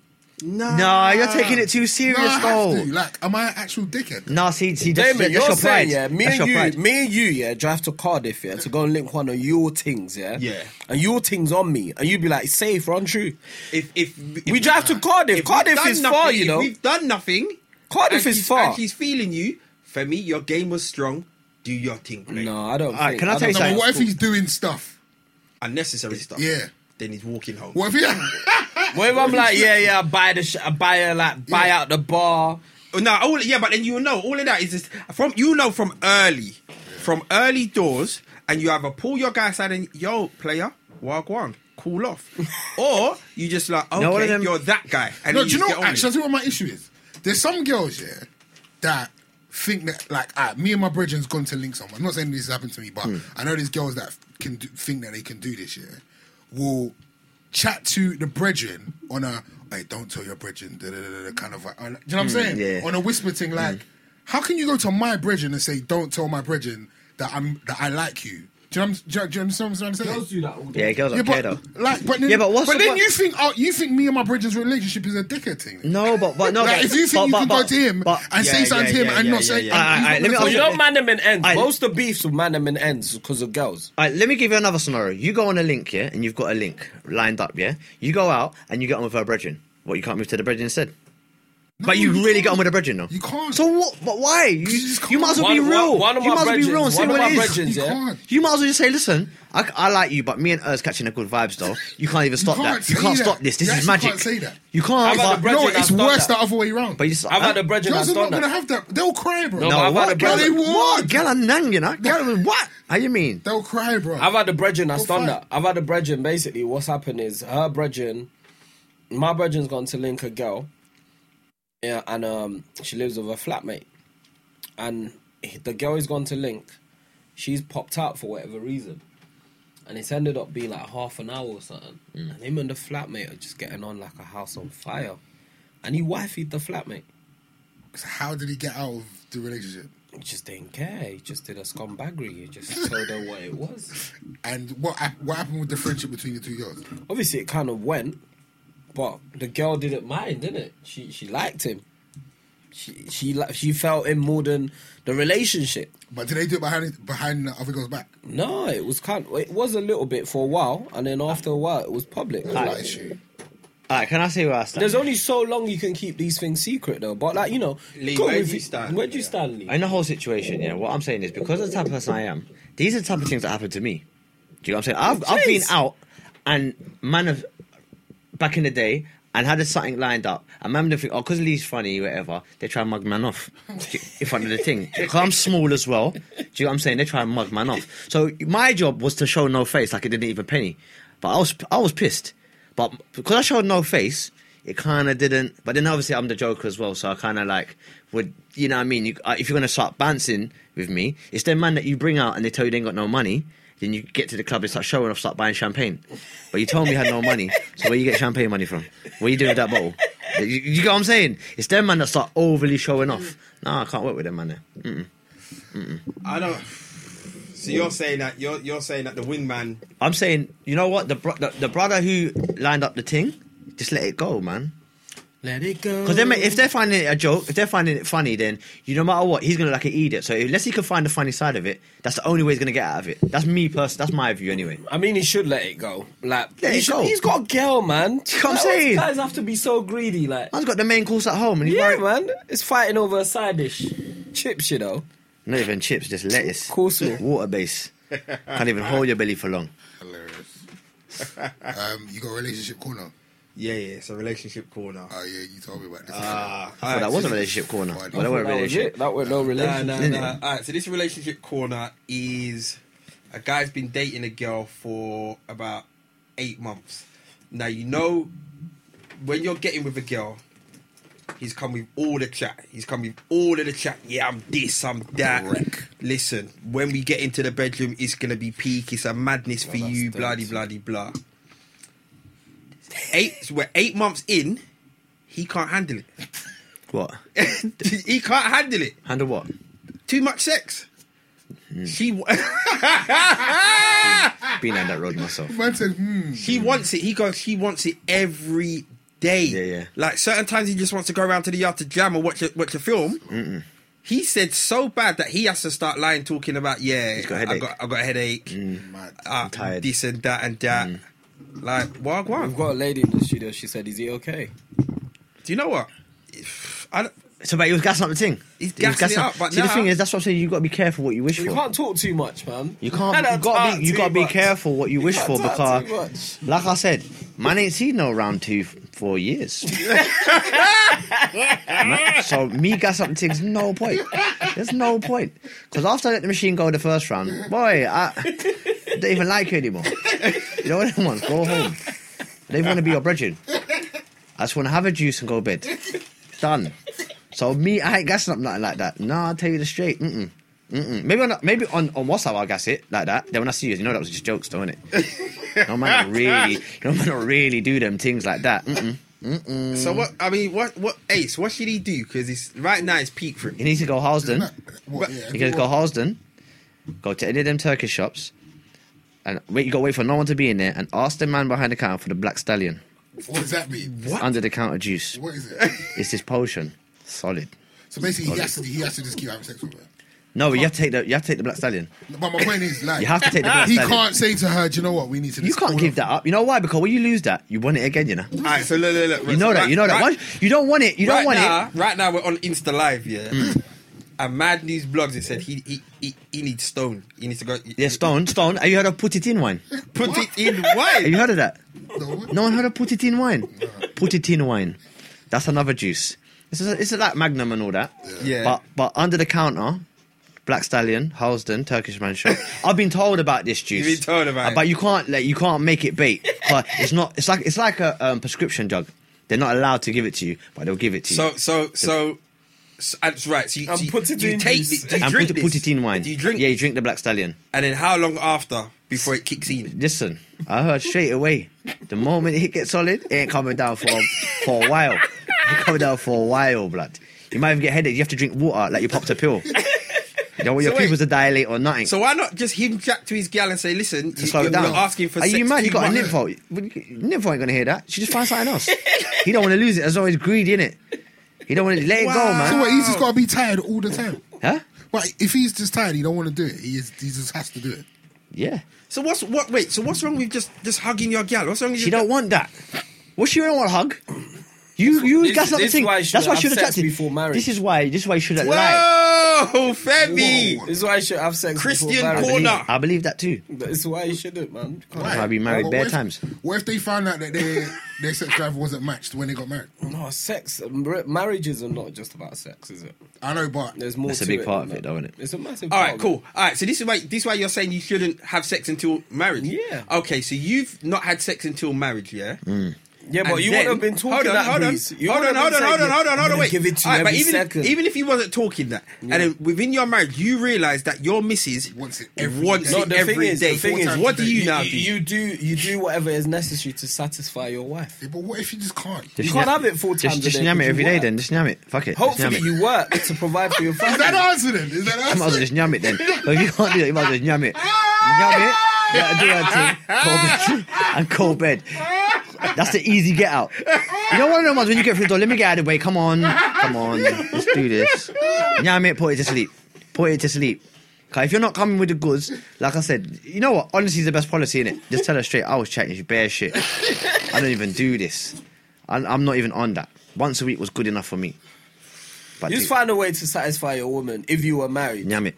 [SPEAKER 2] no,
[SPEAKER 3] Nah, you're taking it too
[SPEAKER 1] No,
[SPEAKER 3] serious
[SPEAKER 1] I have
[SPEAKER 3] though.
[SPEAKER 1] to. Like, am I an actual dickhead?
[SPEAKER 3] Nah, see, see, that's,
[SPEAKER 4] Damon,
[SPEAKER 3] that's
[SPEAKER 4] you're
[SPEAKER 3] your pride.
[SPEAKER 4] saying, yeah, me
[SPEAKER 3] that's your
[SPEAKER 4] and you,
[SPEAKER 3] pride.
[SPEAKER 4] me and you, yeah, drive to Cardiff, yeah, to go and link one of your things, yeah?
[SPEAKER 2] Yeah.
[SPEAKER 4] And your things on me, and you'd be like, safe or untrue.
[SPEAKER 2] If if, if
[SPEAKER 4] we drive to Cardiff.
[SPEAKER 2] if
[SPEAKER 4] Cardiff
[SPEAKER 2] we've done
[SPEAKER 4] is
[SPEAKER 2] nothing-
[SPEAKER 4] far, you
[SPEAKER 2] if
[SPEAKER 4] know.
[SPEAKER 2] We've done nothing.
[SPEAKER 4] Cardiff
[SPEAKER 2] and
[SPEAKER 4] is
[SPEAKER 2] she's-
[SPEAKER 4] far.
[SPEAKER 2] And she's feeling you. For me, your game was strong. Do your thing, mate.
[SPEAKER 4] No, I don't.
[SPEAKER 3] All right,
[SPEAKER 4] think-
[SPEAKER 3] can I
[SPEAKER 4] don't
[SPEAKER 3] tell you
[SPEAKER 4] think
[SPEAKER 1] No, but
[SPEAKER 3] something?
[SPEAKER 4] that's
[SPEAKER 1] what if
[SPEAKER 4] cool.
[SPEAKER 1] he's doing stuff?
[SPEAKER 2] Unnecessary stuff.
[SPEAKER 1] Yeah.
[SPEAKER 2] Then he's walking home.
[SPEAKER 1] What if he?
[SPEAKER 4] What if I'm like, yeah, yeah, I buy the, sh- I buy her, like, buy
[SPEAKER 1] Yeah.
[SPEAKER 4] out the bar.
[SPEAKER 2] No, all, yeah, but then you know all of that is just from you know from early, from early doors, and you either pull your guy aside and yo player wagwan cool off, or you just like okay
[SPEAKER 3] No, one of them-
[SPEAKER 2] you're that guy. And
[SPEAKER 1] No,
[SPEAKER 2] then
[SPEAKER 1] do you know?
[SPEAKER 2] just
[SPEAKER 1] what-
[SPEAKER 2] get on with it.
[SPEAKER 1] Actually, I think what my issue is. There's some girls, yeah, that think that like ah, me and my brethren's gone to link someone. I'm not saying this has happened to me, but I know these girls that can do, think that they can do this. Yeah, will chat to the brethren on a hey, don't tell your brethren da, da, da, da, kind of like, on- do you know what I'm saying?
[SPEAKER 3] yeah.
[SPEAKER 1] On a whisper thing, like how can you go to my brethren and say don't tell my brethren that I'm that I like you? Do you, know what I'm, do, you, do you understand what I'm saying?
[SPEAKER 5] Girls do that all day.
[SPEAKER 3] Yeah, girls
[SPEAKER 1] Yeah,
[SPEAKER 3] don't care though.
[SPEAKER 1] but like, but then,
[SPEAKER 3] Yeah, but what's the
[SPEAKER 1] then
[SPEAKER 3] point-
[SPEAKER 1] you think oh, you think me and my brethren's relationship is a dickhead thing?
[SPEAKER 3] No, but but no.
[SPEAKER 1] Like,
[SPEAKER 3] but,
[SPEAKER 1] if you think
[SPEAKER 3] but,
[SPEAKER 1] you can
[SPEAKER 3] but, but,
[SPEAKER 1] go to him
[SPEAKER 3] but,
[SPEAKER 1] and say
[SPEAKER 2] yeah,
[SPEAKER 1] something to him
[SPEAKER 2] yeah,
[SPEAKER 1] and
[SPEAKER 2] yeah,
[SPEAKER 1] not
[SPEAKER 2] yeah,
[SPEAKER 1] say,
[SPEAKER 2] yeah.
[SPEAKER 1] and
[SPEAKER 3] Alright,
[SPEAKER 1] he's
[SPEAKER 3] alright,
[SPEAKER 1] not
[SPEAKER 3] let me
[SPEAKER 1] gonna
[SPEAKER 3] ask
[SPEAKER 4] Well,
[SPEAKER 1] say-
[SPEAKER 4] you
[SPEAKER 3] you-
[SPEAKER 4] know, man them and ends.
[SPEAKER 3] I-
[SPEAKER 4] Most of beefs with man them and ends because of girls.
[SPEAKER 3] All right, let me give you another scenario. You go on a link, yeah, and you've got a link lined up, yeah. You go out and you get on with her brethren. What you can't move to the brethren instead. but you,
[SPEAKER 1] you
[SPEAKER 3] really
[SPEAKER 1] can't.
[SPEAKER 3] get on with the brethren, though.
[SPEAKER 1] You can't.
[SPEAKER 3] So what? But why? You,
[SPEAKER 1] you just
[SPEAKER 3] you might as well be
[SPEAKER 4] can't. One-
[SPEAKER 3] real.
[SPEAKER 4] one- one of
[SPEAKER 3] you
[SPEAKER 4] my
[SPEAKER 3] might as well be
[SPEAKER 4] brethren-
[SPEAKER 3] real and say
[SPEAKER 4] one of
[SPEAKER 3] what
[SPEAKER 4] my
[SPEAKER 3] it is.
[SPEAKER 4] brethren-
[SPEAKER 1] You
[SPEAKER 4] yeah.
[SPEAKER 1] can't.
[SPEAKER 3] You might as well just say, listen, I, I like you, but me and Urs catching the good vibes though. You can't even stop
[SPEAKER 1] can't
[SPEAKER 3] that. You
[SPEAKER 1] say
[SPEAKER 3] can't
[SPEAKER 1] that.
[SPEAKER 3] stop this. This
[SPEAKER 1] You
[SPEAKER 3] is
[SPEAKER 1] actually
[SPEAKER 3] magic.
[SPEAKER 1] can't say that.
[SPEAKER 3] You
[SPEAKER 4] How
[SPEAKER 3] can't.
[SPEAKER 4] about
[SPEAKER 3] but,
[SPEAKER 4] the brethren
[SPEAKER 1] No,
[SPEAKER 4] that's
[SPEAKER 1] it's
[SPEAKER 4] done
[SPEAKER 1] worse
[SPEAKER 4] that?
[SPEAKER 1] the other way around.
[SPEAKER 3] but you just,
[SPEAKER 4] I've had a brethren
[SPEAKER 1] Girls
[SPEAKER 4] that's
[SPEAKER 1] are not
[SPEAKER 4] done
[SPEAKER 1] going to
[SPEAKER 4] that.
[SPEAKER 1] have that. They'll cry, bro.
[SPEAKER 4] No, but I've
[SPEAKER 3] what?
[SPEAKER 4] had a
[SPEAKER 3] Girl,
[SPEAKER 1] brother-
[SPEAKER 3] what? Girl, I'm nang, you know. Girl, what? How you mean?
[SPEAKER 1] They'll cry, bro.
[SPEAKER 4] I've had a brethren that's
[SPEAKER 1] Well,
[SPEAKER 4] done
[SPEAKER 1] fine.
[SPEAKER 4] that. I've had a brethren. Basically, what's happened is her brethren, my brethren's gone to link a girl, yeah, and um, she lives with her flatmate, and the girl is gone to link. She's popped out for whatever reason, and it's ended up being like half an hour or something.
[SPEAKER 3] Mm.
[SPEAKER 4] And him and the flatmate are just getting on like a house on fire, and he wifeyed the flatmate.
[SPEAKER 1] So How did he get out of the relationship?
[SPEAKER 4] He just didn't care. He just did a scumbaggery. He just told her what it was.
[SPEAKER 1] And what hap- what happened with the friendship between the two girls?
[SPEAKER 4] obviously it kind of went, but the girl didn't mind, didn't it? She she liked him. She she li- she felt him more than the relationship.
[SPEAKER 1] But did they do it behind behind the other girl's back?
[SPEAKER 4] No, it was kind. Of, it was a little bit for a while, and then after a while, it was public.
[SPEAKER 1] That
[SPEAKER 4] Like,
[SPEAKER 1] issue.
[SPEAKER 3] All right, can I say where I stand?
[SPEAKER 4] there's only so long you can keep these things secret, though. But like you know,
[SPEAKER 2] Lee,
[SPEAKER 4] go
[SPEAKER 2] where do
[SPEAKER 4] with
[SPEAKER 2] you
[SPEAKER 4] it.
[SPEAKER 2] stand?
[SPEAKER 4] Where do you
[SPEAKER 2] Yeah.
[SPEAKER 4] stand, Lee?
[SPEAKER 3] In the whole situation, yeah, what I'm saying is because of the type of person I am, these are the type of things that happened to me. Do you know what I'm saying? I've, I've been
[SPEAKER 4] Jeez.
[SPEAKER 3] out and man of back in the day and had something lined up and man didn't think, oh, because Lee's funny, whatever, they try and mug man off in front of the thing. Because I'm small as well. Do you know what I'm saying? They try and mug man off. So my job was to show no face, like it didn't even penny. But I was I was pissed. But because I showed no face, it kind of didn't. But then obviously I'm the Joker as well, so I kind of like would you know what I mean? You, uh, if you're gonna start bouncing with me, it's them man that you bring out and they tell you they ain't got no money. Then you get to the club and start showing off, start buying champagne. But you told me you had no money, so where you get champagne money from? What are you doing with that bottle? You, you get what I'm saying? It's them man that start overly showing off. Nah, I can't work with them man. Mm. There. Mm-mm.
[SPEAKER 2] I don't. So you're saying that you're you're saying that the wingman.
[SPEAKER 3] I'm saying, you know what? The, bro- the the brother who lined up the thing, just let it go, man.
[SPEAKER 4] Let it go.
[SPEAKER 3] Because then, mate, if they're finding it a joke, if they're finding it funny, then you no matter what, he's gonna look like an idiot. So unless he can find the funny side of it, that's the only way he's gonna get out of it. That's me person. That's my view anyway.
[SPEAKER 4] I mean, he should let it go. Like
[SPEAKER 3] Let
[SPEAKER 4] he
[SPEAKER 3] it go.
[SPEAKER 4] has got a girl, man.
[SPEAKER 3] what I'm
[SPEAKER 4] Like,
[SPEAKER 3] saying?
[SPEAKER 4] guys have to be so greedy, like.
[SPEAKER 3] Man's got the main course at home, and he's
[SPEAKER 4] Yeah,
[SPEAKER 3] worried-
[SPEAKER 4] man, it's fighting over a side dish, chips, you know.
[SPEAKER 3] not even chips, just lettuce,
[SPEAKER 4] Coleslaw.
[SPEAKER 3] water base. Can't even hold your belly for long.
[SPEAKER 1] Hilarious. um, you got a relationship corner.
[SPEAKER 2] Yeah, yeah. It's a relationship corner.
[SPEAKER 1] Oh yeah, you told me about this.
[SPEAKER 2] Ah,
[SPEAKER 3] I thought that was a relationship corner, but that wasn't
[SPEAKER 4] That was
[SPEAKER 3] relationship.
[SPEAKER 4] it. That was no
[SPEAKER 2] Nah,
[SPEAKER 4] relationship.
[SPEAKER 2] nah,
[SPEAKER 3] Isn't it?
[SPEAKER 2] nah. All right, so this relationship corner is a guy's been dating a girl for about eight months. Now you know when you're getting with a girl, he's come with all the chat. He's come with all of the chat. Yeah, I'm this, I'm that.
[SPEAKER 1] Wreck.
[SPEAKER 2] Listen, when we get into the bedroom, it's gonna be peak. It's a madness for
[SPEAKER 4] that's
[SPEAKER 2] you.
[SPEAKER 4] dense.
[SPEAKER 2] Bloody, bloody, blah. Eight, we're eight months in. He can't handle
[SPEAKER 3] What?
[SPEAKER 2] it. he can't handle it
[SPEAKER 3] Handle what?
[SPEAKER 2] too much sex. She wa-
[SPEAKER 3] Been down that road myself.
[SPEAKER 1] Man said, hmm.
[SPEAKER 2] she wants it. He goes. She wants it every day.
[SPEAKER 3] Yeah, yeah.
[SPEAKER 2] Like certain times, he just wants to go around to the yard to jam or watch a, watch a film. He said so bad that he has to start lying, talking about yeah,
[SPEAKER 3] got a
[SPEAKER 2] I
[SPEAKER 3] headache. Mm.
[SPEAKER 2] got I got a headache,
[SPEAKER 1] Mad.
[SPEAKER 2] uh,
[SPEAKER 3] tired. Mm.
[SPEAKER 2] this and that and that. Like wagwan.
[SPEAKER 4] We've got a lady in the studio. She said, "Is he okay?"
[SPEAKER 2] Do you know what? If- I don't-
[SPEAKER 3] So, but he was gassing up the thing.
[SPEAKER 2] He's
[SPEAKER 3] He was
[SPEAKER 2] gassing it up, but
[SPEAKER 3] See, the
[SPEAKER 2] now-
[SPEAKER 3] thing is, that's what I'm saying. You have got to be careful what you wish
[SPEAKER 4] You
[SPEAKER 3] for.
[SPEAKER 4] can't talk too much, man.
[SPEAKER 3] You can't. You gotta be. You gotta be careful what you wish
[SPEAKER 4] can't
[SPEAKER 3] for
[SPEAKER 4] talk
[SPEAKER 3] because,
[SPEAKER 4] too much.
[SPEAKER 3] like I said, man ain't seen no round two f- for years. Man, so me gas up and things no point. There's no point because after I let the machine go the first round, boy, I don't even like you anymore. You know what I want? Go home. They want to be your brethren. I just want to have a juice and go to bed. Done. So me, I ain't gassing up nothing like that. Nah, I'll tell you the straight. Mm-mm. Mm-mm. Maybe on maybe on, on WhatsApp I'll gas it like that. Then when I see you, you know that was just jokes, don't it? no man don't really, no man don't really do them things like that. Mm-mm.
[SPEAKER 2] So what? I mean, what? What Ace? What should he do? Because it's right now it's peak for
[SPEAKER 3] He
[SPEAKER 2] him.
[SPEAKER 3] needs to go Halsden.
[SPEAKER 1] Isn't that- what- yeah,
[SPEAKER 3] You can go Halsden, go to any of them Turkish shops, and wait. You got to wait for no one to be in there, and ask the man behind the counter for the black stallion
[SPEAKER 1] What does that mean?
[SPEAKER 2] What?
[SPEAKER 3] under the counter juice.
[SPEAKER 1] What is it?
[SPEAKER 3] It's this potion, solid.
[SPEAKER 1] So basically, he has to he has to just keep having sex with her.
[SPEAKER 3] No, but you have to take the you have to take the black stallion.
[SPEAKER 1] But my point is, like,
[SPEAKER 3] You have to take the black
[SPEAKER 1] he
[SPEAKER 3] stallion.
[SPEAKER 1] can't say to her, "Do you know what? We need to."
[SPEAKER 3] You
[SPEAKER 1] just
[SPEAKER 3] can't
[SPEAKER 1] call
[SPEAKER 3] give
[SPEAKER 1] off."
[SPEAKER 3] that up. You know why? Because when you lose that, you want it again. You know.
[SPEAKER 2] All right, so look, look, look.
[SPEAKER 3] You know that. You know that.
[SPEAKER 2] Right,
[SPEAKER 3] Once, you don't want it. You don't
[SPEAKER 2] right
[SPEAKER 3] want
[SPEAKER 2] now,
[SPEAKER 3] it. Mm.
[SPEAKER 2] right now we're on Insta Live, yeah. And Mad News blogs. It said he he, he he needs stone. He needs to go.
[SPEAKER 3] Yeah, stone, stone. Have you heard of put it in wine?
[SPEAKER 2] Put it in
[SPEAKER 3] Have you
[SPEAKER 2] wine.
[SPEAKER 3] heard of that?
[SPEAKER 1] No, what?
[SPEAKER 3] No one heard of put it in wine. Put it in wine. That's another juice. It's a, it's like Magnum and all that.
[SPEAKER 2] Yeah.
[SPEAKER 3] But but under the counter, Black Stallion, Halsden, Turkish Man Shop. I've been told about this juice. Uh,
[SPEAKER 2] You've been told about it.
[SPEAKER 3] But you can't like, you can't make it bait. But it's not. It's like it's like a um, prescription drug. They're not allowed to give it to you, but they'll give it to you.
[SPEAKER 2] So so so. so that's right. So you,
[SPEAKER 4] And
[SPEAKER 2] so you-
[SPEAKER 4] put it
[SPEAKER 2] you
[SPEAKER 4] in
[SPEAKER 2] take
[SPEAKER 4] juice.
[SPEAKER 2] this. Do you
[SPEAKER 3] and
[SPEAKER 2] drink
[SPEAKER 3] put,
[SPEAKER 2] this?
[SPEAKER 3] put it in wine.
[SPEAKER 2] Do you drink?
[SPEAKER 3] Yeah, you drink the Black Stallion.
[SPEAKER 2] And then how long after before it kicks in?
[SPEAKER 3] Listen, I heard straight away. The moment it gets solid, it ain't coming down for for a while. It ain't coming down for a while, blood. You might even get headache. You have to drink water like you popped a pill. You don't want
[SPEAKER 2] So
[SPEAKER 3] your
[SPEAKER 2] wait.
[SPEAKER 3] pupils to dilate or nothing.
[SPEAKER 2] So why not just him jack to his gal and say, listen,
[SPEAKER 3] to
[SPEAKER 2] you,
[SPEAKER 3] slow
[SPEAKER 2] you're
[SPEAKER 3] it down.
[SPEAKER 2] asking for
[SPEAKER 3] Are you
[SPEAKER 2] sex
[SPEAKER 3] mad? You
[SPEAKER 2] too
[SPEAKER 3] got a
[SPEAKER 2] much.
[SPEAKER 3] nympho. Nympho ain't gonna hear that. She just finds something else. he don't want to lose it. As always, greedy in it. He don't want to let it go,
[SPEAKER 2] Wow.
[SPEAKER 1] So
[SPEAKER 3] man.
[SPEAKER 1] what, he's just got to be tired all the time.
[SPEAKER 3] Huh?
[SPEAKER 1] But if he's just tired, he don't want to do it. He is, he just has to do it.
[SPEAKER 3] Yeah.
[SPEAKER 2] So what's what? Wait. So what's wrong with just just hugging your gal? What's wrong with
[SPEAKER 3] She
[SPEAKER 2] just-
[SPEAKER 3] don't want that. Well, she don't want a hug. You you
[SPEAKER 4] this-
[SPEAKER 3] that's not the
[SPEAKER 4] this
[SPEAKER 3] thing.
[SPEAKER 4] why you
[SPEAKER 3] That's why
[SPEAKER 4] shouldn't
[SPEAKER 3] she
[SPEAKER 4] have
[SPEAKER 3] should have
[SPEAKER 4] sex before marriage.
[SPEAKER 3] This is why. This is why you should have lied.
[SPEAKER 2] Whoa, Febby.
[SPEAKER 1] Whoa.
[SPEAKER 4] This is why you should have sex.
[SPEAKER 2] Christian
[SPEAKER 4] before marriage.
[SPEAKER 3] I believe-
[SPEAKER 2] Corner.
[SPEAKER 3] I believe that too.
[SPEAKER 4] That's why you shouldn't, man. Come on.
[SPEAKER 1] Right.
[SPEAKER 3] I've been married
[SPEAKER 1] But
[SPEAKER 3] bare
[SPEAKER 1] what if-
[SPEAKER 3] times.
[SPEAKER 1] What if they found out that their their sex drive wasn't matched when they got married?
[SPEAKER 4] No, sex, mar- marriages are not just about sex, is it?
[SPEAKER 1] I know, but
[SPEAKER 4] There's more.
[SPEAKER 3] That's a
[SPEAKER 4] to
[SPEAKER 3] big
[SPEAKER 4] it
[SPEAKER 3] part
[SPEAKER 4] than
[SPEAKER 3] of it,
[SPEAKER 4] that.
[SPEAKER 3] though, isn't it?
[SPEAKER 4] It's a massive.
[SPEAKER 2] All
[SPEAKER 4] part
[SPEAKER 2] right,
[SPEAKER 4] of
[SPEAKER 2] cool. All right, so this is why this is why you're saying you shouldn't have sex until marriage.
[SPEAKER 4] Yeah.
[SPEAKER 2] Okay, so you've not had sex until marriage, yeah.
[SPEAKER 4] it. Yeah, but
[SPEAKER 2] And
[SPEAKER 4] you
[SPEAKER 2] then-
[SPEAKER 4] wouldn't have been talking
[SPEAKER 2] hold on,
[SPEAKER 4] that.
[SPEAKER 2] Hold on,
[SPEAKER 4] breeze. You
[SPEAKER 2] hold on,
[SPEAKER 4] wouldn't have
[SPEAKER 2] hold on,
[SPEAKER 4] been
[SPEAKER 2] hold on,
[SPEAKER 4] saying,
[SPEAKER 2] hold on, hold
[SPEAKER 4] "I'm
[SPEAKER 2] on.
[SPEAKER 4] gonna
[SPEAKER 2] Wait.
[SPEAKER 4] Give it to
[SPEAKER 2] All
[SPEAKER 4] you
[SPEAKER 2] right, but
[SPEAKER 4] every
[SPEAKER 2] even
[SPEAKER 4] second.
[SPEAKER 2] even if you wasn't talking that, and then within your marriage, you realize that your missus
[SPEAKER 1] Wants it every
[SPEAKER 2] wants
[SPEAKER 1] day.
[SPEAKER 4] no,
[SPEAKER 2] it
[SPEAKER 4] the thing
[SPEAKER 2] every
[SPEAKER 4] is,
[SPEAKER 2] day.
[SPEAKER 4] the thing
[SPEAKER 1] four
[SPEAKER 4] is,
[SPEAKER 1] times
[SPEAKER 2] what
[SPEAKER 1] a
[SPEAKER 2] do
[SPEAKER 1] day.
[SPEAKER 2] you
[SPEAKER 4] you,
[SPEAKER 2] now do?
[SPEAKER 4] you do you do whatever is necessary to satisfy your wife.
[SPEAKER 1] Yeah, but what if you just can't?
[SPEAKER 4] You can't have it full time.
[SPEAKER 3] Just, just yam it every day, then. Just yam it. Fuck it.
[SPEAKER 4] Hopefully,
[SPEAKER 3] just yam it.
[SPEAKER 4] you work to provide for your
[SPEAKER 1] Is that
[SPEAKER 4] family.
[SPEAKER 1] answer then? Is that
[SPEAKER 3] You might as well
[SPEAKER 1] answer?
[SPEAKER 3] just yam it then. But if you can't do that, you might as well just yam it. Yam it. You gotta do that thing. Go bed. And cold bed. That's the easy get out. You know one of them ones when you get through the door, let me get out of the way. Come on. Come on. Let's do this. Yam it, put it to sleep. Put it to sleep. 'Cause if you're not coming with the goods, like I said, you know what? Honesty is the best policy, innit? Just tell her straight, I was chatting you bare shit. I don't even do this. I'm, I'm not even on that. Once a week was good enough for me. But
[SPEAKER 4] You just
[SPEAKER 3] dude,
[SPEAKER 4] find a way to satisfy your woman if you were married.
[SPEAKER 3] yam it.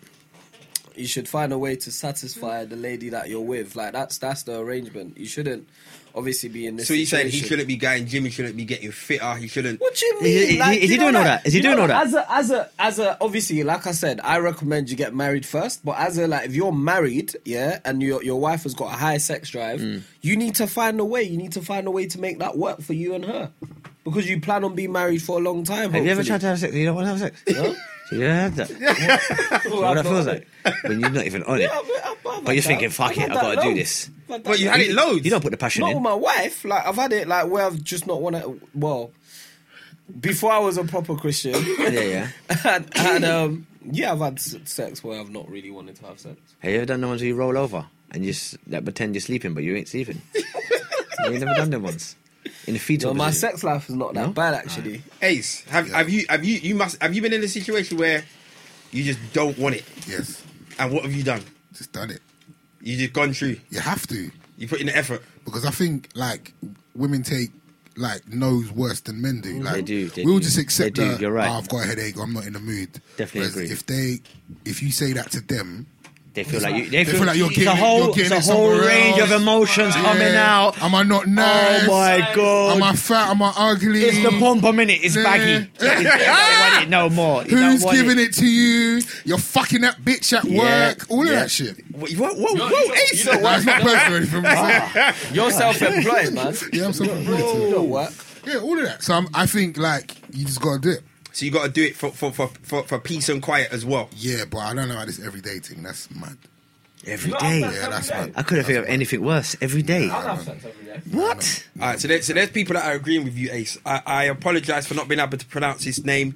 [SPEAKER 4] you should find a way to satisfy the lady that you're with. Like that's that's the arrangement. You shouldn't obviously be in this.
[SPEAKER 2] So you're saying he
[SPEAKER 4] situation.
[SPEAKER 2] shouldn't be going gym, he shouldn't be getting fitter, he shouldn't.
[SPEAKER 4] What do you
[SPEAKER 3] Is he-
[SPEAKER 4] mean?
[SPEAKER 3] is he-
[SPEAKER 4] Like,
[SPEAKER 3] is
[SPEAKER 4] do
[SPEAKER 3] he
[SPEAKER 4] you know
[SPEAKER 3] doing all
[SPEAKER 4] that-
[SPEAKER 3] that? Is he
[SPEAKER 4] you know
[SPEAKER 3] doing all
[SPEAKER 4] As a, as a, as a, obviously, like I said, I recommend you get married first. But as a, like, if you're married, yeah, and your your wife has got a high sex drive,
[SPEAKER 3] Mm.
[SPEAKER 4] you need to find a way. You need to find a way to make that work for you and her, because you plan on being married for a long time.
[SPEAKER 3] Have you ever
[SPEAKER 4] hopefully.
[SPEAKER 3] tried to have sex? You don't want to have sex. No. you don't have that.
[SPEAKER 4] Oh,
[SPEAKER 3] what
[SPEAKER 4] I've
[SPEAKER 3] that feels
[SPEAKER 4] not-
[SPEAKER 3] like when you're not even on it.
[SPEAKER 4] Yeah, I've- I've- I've had
[SPEAKER 3] But you're
[SPEAKER 4] that.
[SPEAKER 3] thinking, fuck
[SPEAKER 4] I've
[SPEAKER 3] it,
[SPEAKER 4] had
[SPEAKER 3] I've
[SPEAKER 4] that
[SPEAKER 3] got to do
[SPEAKER 4] loads.
[SPEAKER 3] this.
[SPEAKER 4] I've had
[SPEAKER 2] But
[SPEAKER 4] that
[SPEAKER 2] you had it loads.
[SPEAKER 3] You don't put the passion
[SPEAKER 4] Not
[SPEAKER 3] in.
[SPEAKER 4] with my wife. Like I've had it like where I've just not wanna well before I was a proper Christian
[SPEAKER 3] yeah, yeah.
[SPEAKER 4] and, and um yeah, I've had s- sex where I've not really wanted to have sex.
[SPEAKER 3] Have you ever done the ones where you roll over and you s like, pretend you're sleeping but you ain't sleeping? you ain't never done them ones in the fetal.
[SPEAKER 4] No, my
[SPEAKER 3] position.
[SPEAKER 4] sex life is not that
[SPEAKER 3] No?
[SPEAKER 4] bad actually.
[SPEAKER 2] Ace, have, have you have you you must have you been in a situation where you just don't want it,
[SPEAKER 1] Yes,
[SPEAKER 2] and what have you done?
[SPEAKER 1] just done it.
[SPEAKER 2] You just gone through.
[SPEAKER 1] You have to.
[SPEAKER 2] You put in the effort.
[SPEAKER 1] because I think like women take like knows worse than men do. Like
[SPEAKER 3] do, Mm. they
[SPEAKER 1] we'll
[SPEAKER 3] do.
[SPEAKER 1] just accept
[SPEAKER 3] They do,
[SPEAKER 1] that
[SPEAKER 3] you're right.
[SPEAKER 1] "Oh, I've got a headache. I'm not in the mood.
[SPEAKER 3] Definitely agree.
[SPEAKER 1] If they, if you say that to them,
[SPEAKER 3] They feel like you. They,
[SPEAKER 1] they feel like you're
[SPEAKER 3] it's
[SPEAKER 1] getting
[SPEAKER 3] a
[SPEAKER 1] it-
[SPEAKER 3] whole,
[SPEAKER 1] you're getting
[SPEAKER 3] it's a
[SPEAKER 1] it
[SPEAKER 3] whole
[SPEAKER 1] somewhere
[SPEAKER 3] range
[SPEAKER 1] else.
[SPEAKER 3] of emotions coming
[SPEAKER 1] yeah,
[SPEAKER 3] out.
[SPEAKER 1] Am I not nice?
[SPEAKER 3] oh my god!
[SPEAKER 1] Am I fat? Am I ugly?
[SPEAKER 3] it's the pom pom in it. It's
[SPEAKER 1] Yeah.
[SPEAKER 3] baggy. You don't want it no more. You
[SPEAKER 1] Who's
[SPEAKER 3] don't want
[SPEAKER 1] giving
[SPEAKER 3] it?
[SPEAKER 1] it. to you? You're fucking that bitch at
[SPEAKER 3] Yeah,
[SPEAKER 1] work. All of
[SPEAKER 3] yeah.
[SPEAKER 1] that shit.
[SPEAKER 2] What? What? Whoa,
[SPEAKER 4] No,
[SPEAKER 2] whoa,
[SPEAKER 4] you don't-
[SPEAKER 2] Ace!
[SPEAKER 4] you don't
[SPEAKER 1] Nah, it's not
[SPEAKER 4] work.
[SPEAKER 1] personal or anything.
[SPEAKER 3] Ah.
[SPEAKER 4] You're self-employed, man.
[SPEAKER 1] Yeah, I'm so
[SPEAKER 4] You don't work.
[SPEAKER 1] Yeah, all of that. So I'm, I think like you just gotta do it.
[SPEAKER 2] So you got to do it for, for, for, for, for peace and quiet as well.
[SPEAKER 1] Yeah, but I don't know how this everyday thing. That's mad.
[SPEAKER 3] Every
[SPEAKER 4] No,
[SPEAKER 3] day.
[SPEAKER 4] I'm not-
[SPEAKER 1] Yeah, that's mad.
[SPEAKER 3] I couldn't think of anything worse. Every day.
[SPEAKER 4] I'll have sex every day.
[SPEAKER 3] What?
[SPEAKER 2] All right, so, there, so there's people that are agreeing with you, Ace. I, I apologize for not being able to pronounce his name.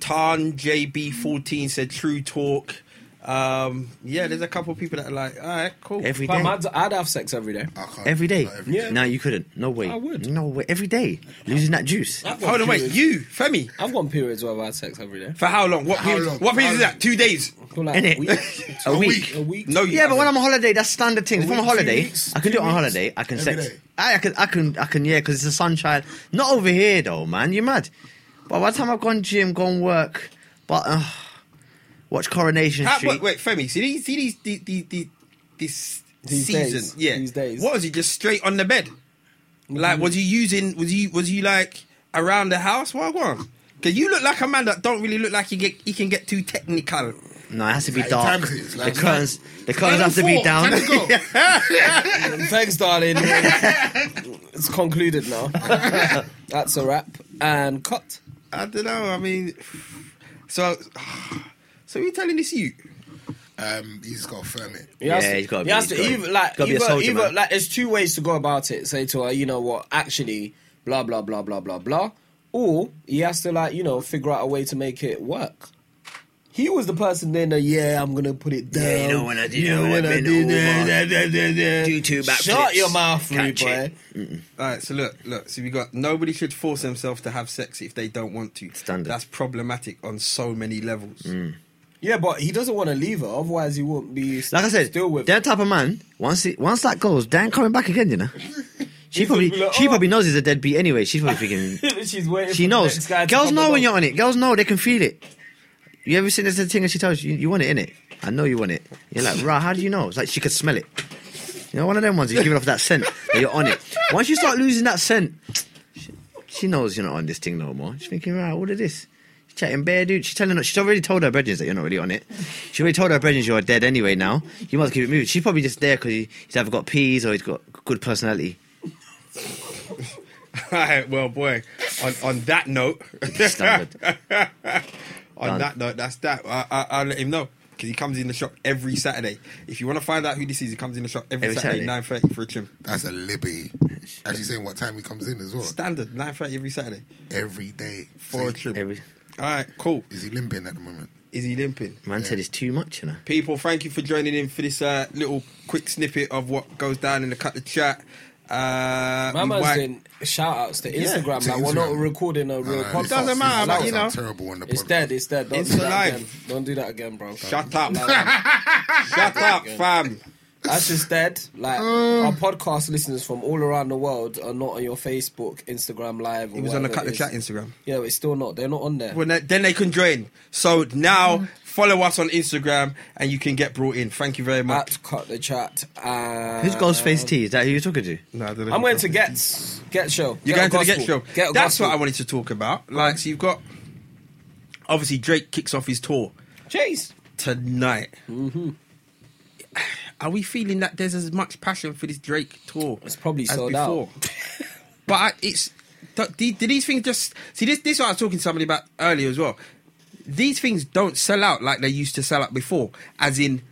[SPEAKER 2] Tan JB14 said true talk. Um, yeah, there's a couple of people that are like, all right, cool.
[SPEAKER 3] Every
[SPEAKER 4] Fam,
[SPEAKER 3] day.
[SPEAKER 4] I'd, I'd have sex every day.
[SPEAKER 1] I can't-
[SPEAKER 3] Every day.
[SPEAKER 1] not every
[SPEAKER 4] Yeah.
[SPEAKER 3] No, you couldn't. No way.
[SPEAKER 4] I would.
[SPEAKER 3] No way. Every day. Losing that juice.
[SPEAKER 4] I've gone
[SPEAKER 2] Hold on, wait,
[SPEAKER 4] periods-
[SPEAKER 2] you, Femi,
[SPEAKER 4] I've gone periods where I've had sex every day.
[SPEAKER 2] for how long? What
[SPEAKER 1] How
[SPEAKER 2] period?
[SPEAKER 1] long?
[SPEAKER 2] What period
[SPEAKER 1] How
[SPEAKER 2] is
[SPEAKER 1] long?
[SPEAKER 2] that? Two days.
[SPEAKER 4] For like
[SPEAKER 3] In it.
[SPEAKER 4] a week.
[SPEAKER 3] A week.
[SPEAKER 4] A week.
[SPEAKER 2] No, you
[SPEAKER 3] Yeah, but when
[SPEAKER 2] haven't.
[SPEAKER 3] I'm on holiday, that's standard thing. If I'm on
[SPEAKER 4] Two
[SPEAKER 3] holiday,
[SPEAKER 4] weeks,
[SPEAKER 3] I can do it on
[SPEAKER 4] two
[SPEAKER 3] holiday. I can
[SPEAKER 1] Every
[SPEAKER 3] sex.
[SPEAKER 1] day.
[SPEAKER 3] I, I can, I can, I can. Yeah, because it's the sunshine. Not over here though, man. You're mad. But by the time I've gone gym, gone work, but uh, watch Coronation
[SPEAKER 2] How, wait,
[SPEAKER 3] Street.
[SPEAKER 2] wait, Femi, see these, see these, these, these, these this
[SPEAKER 4] These
[SPEAKER 2] season,
[SPEAKER 4] days.
[SPEAKER 2] yeah.
[SPEAKER 4] These days. Mm-hmm.
[SPEAKER 2] What was he just straight on the bed? Like, was he using? Was he? Was he like around the house? What go on? Cause you look like a man that don't really look like he get. He can get too technical.
[SPEAKER 3] No, it has to be
[SPEAKER 1] Like,
[SPEAKER 3] dark.
[SPEAKER 1] times it is, like,
[SPEAKER 3] the curtains, the curtains have to be
[SPEAKER 1] Four,
[SPEAKER 3] down.
[SPEAKER 1] time to go.
[SPEAKER 4] Thanks, darling. it's concluded now. That's a wrap. And cut.
[SPEAKER 2] I don't know. I mean, so so you telling this you?
[SPEAKER 1] Um, he's got to firm it.
[SPEAKER 4] He has
[SPEAKER 3] Yeah,
[SPEAKER 4] to-
[SPEAKER 3] he's gotta
[SPEAKER 4] he
[SPEAKER 3] be-
[SPEAKER 4] has
[SPEAKER 3] he's
[SPEAKER 4] to
[SPEAKER 3] gotta-
[SPEAKER 4] either like
[SPEAKER 3] gotta be a
[SPEAKER 4] either,
[SPEAKER 3] soldier,
[SPEAKER 4] either
[SPEAKER 3] man.
[SPEAKER 4] like there's two ways to go about it. Say to her, you know what, actually, blah blah blah blah blah blah. Or he has to like you know figure out a way to make it work. He was the person then that yeah I'm gonna put it down.
[SPEAKER 3] Yeah, you know when I do-
[SPEAKER 4] You
[SPEAKER 3] you know
[SPEAKER 4] know
[SPEAKER 3] when
[SPEAKER 4] when
[SPEAKER 3] I
[SPEAKER 4] I
[SPEAKER 3] bend
[SPEAKER 4] do
[SPEAKER 3] over.
[SPEAKER 4] that, da, da, da, da.
[SPEAKER 3] Do two backflips.
[SPEAKER 4] Shut your mouth, rude
[SPEAKER 3] Catch
[SPEAKER 4] boy.
[SPEAKER 3] it.
[SPEAKER 2] All right, so look, look. So we got nobody should force themselves to have sex if they don't want to.
[SPEAKER 3] Standard.
[SPEAKER 2] That's problematic on so many levels.
[SPEAKER 4] Yeah, but he doesn't want to leave her. Otherwise, he won't be
[SPEAKER 3] Like I said,
[SPEAKER 4] still with.
[SPEAKER 3] that type of man. Once it, once that goes, Dan coming back again. You know. She
[SPEAKER 4] He's gonna
[SPEAKER 3] probably,
[SPEAKER 4] be like,
[SPEAKER 3] she
[SPEAKER 4] "Oh."
[SPEAKER 3] probably knows he's a deadbeat anyway. She's probably thinking,
[SPEAKER 4] She's waiting.
[SPEAKER 3] She
[SPEAKER 4] for the
[SPEAKER 3] knows.
[SPEAKER 4] next guy to
[SPEAKER 3] Girls
[SPEAKER 4] come
[SPEAKER 3] know when
[SPEAKER 4] along.
[SPEAKER 3] you're on it. Girls know they can feel it. You ever seen this thing and she tells you you want it in it? I know you want it. You're like, rah, how do you know? It's like she could smell it. You know, one of them ones you give off that scent that you're on it. Once you start losing that scent, she, she knows you're not on this thing no more. She's thinking, right, what is this? She's chatting bare dude. She's telling her, she's already told her brethren that you're not really on it. She already told her brethren you're dead anyway now. You must keep it moving. She's probably just there because he, he's either got peas or he's got good personality.
[SPEAKER 2] All right, well, boy. On on that note,
[SPEAKER 3] Standard.
[SPEAKER 2] on
[SPEAKER 3] Done.
[SPEAKER 2] that note, that's that. I, I, I'll let him know because he comes in the shop every Saturday. If you want to find out who this is, he comes in the shop every,
[SPEAKER 3] Every
[SPEAKER 2] Saturday,
[SPEAKER 3] Saturday.
[SPEAKER 2] nine thirty for a trim.
[SPEAKER 1] That's a libby. Actually, saying what time he comes in as well.
[SPEAKER 2] Standard nine thirty every Saturday
[SPEAKER 1] Every day.
[SPEAKER 2] for a
[SPEAKER 1] Say,
[SPEAKER 2] trim.
[SPEAKER 3] Every,
[SPEAKER 2] All right, cool.
[SPEAKER 1] Is he limping at the moment?
[SPEAKER 2] Is he limping?
[SPEAKER 3] man said it's too much, you know.
[SPEAKER 2] People, thank you for joining in for this uh, little quick snippet of what goes down in the cut the chat. Uh,
[SPEAKER 4] My
[SPEAKER 2] we
[SPEAKER 4] man's
[SPEAKER 2] wipe-
[SPEAKER 4] doing shout outs to
[SPEAKER 2] Yeah,
[SPEAKER 4] Instagram. like,
[SPEAKER 1] to
[SPEAKER 4] we're
[SPEAKER 1] Instagram.
[SPEAKER 4] not recording a real
[SPEAKER 1] Nah,
[SPEAKER 4] podcast.
[SPEAKER 1] this
[SPEAKER 2] doesn't
[SPEAKER 1] is-
[SPEAKER 2] matter,
[SPEAKER 1] this
[SPEAKER 2] but, you
[SPEAKER 1] sounds
[SPEAKER 2] know.
[SPEAKER 1] terrible on the
[SPEAKER 4] It's
[SPEAKER 1] podcast.
[SPEAKER 4] dead. It's dead. Don't
[SPEAKER 2] It's
[SPEAKER 4] do that
[SPEAKER 2] alive.
[SPEAKER 4] again. Don't do that again, bro.
[SPEAKER 2] Shut up.
[SPEAKER 4] Shut
[SPEAKER 2] Shut up, fam.
[SPEAKER 4] That's just dead. Like our podcast listeners from all around the world are not on your Facebook, Instagram Live. Or
[SPEAKER 2] He was on the cut
[SPEAKER 4] whatever
[SPEAKER 2] the
[SPEAKER 4] it
[SPEAKER 2] chat
[SPEAKER 4] is.
[SPEAKER 2] Instagram.
[SPEAKER 4] Yeah, but it's still not. They're not on there.
[SPEAKER 2] Well, then then they can join. So
[SPEAKER 4] Mm.
[SPEAKER 2] now follow us on Instagram and you can get brought in. Thank you
[SPEAKER 4] Uh,
[SPEAKER 2] very much.
[SPEAKER 4] At cut the chat. And
[SPEAKER 3] Who's Ghostface T? Is that who you're talking to?
[SPEAKER 2] No, I don't know.
[SPEAKER 4] I'm going to Gets Get Show.
[SPEAKER 2] You're
[SPEAKER 4] Get
[SPEAKER 2] going
[SPEAKER 4] a
[SPEAKER 2] to the Get
[SPEAKER 4] gospel.
[SPEAKER 2] Show.
[SPEAKER 4] Get a
[SPEAKER 2] That's
[SPEAKER 4] gospel.
[SPEAKER 2] what I wanted to talk about. Like, so you've got obviously Drake kicks off his tour
[SPEAKER 4] Chase.
[SPEAKER 2] tonight. Mm-hmm. Are we feeling that there's as much passion for this Drake tour?
[SPEAKER 4] It's probably
[SPEAKER 2] as
[SPEAKER 4] sold out.
[SPEAKER 2] but I, it's th- the- do these things just see this? This is what I was talking to somebody about earlier as well. These things don't sell out like they used to sell out before, as in.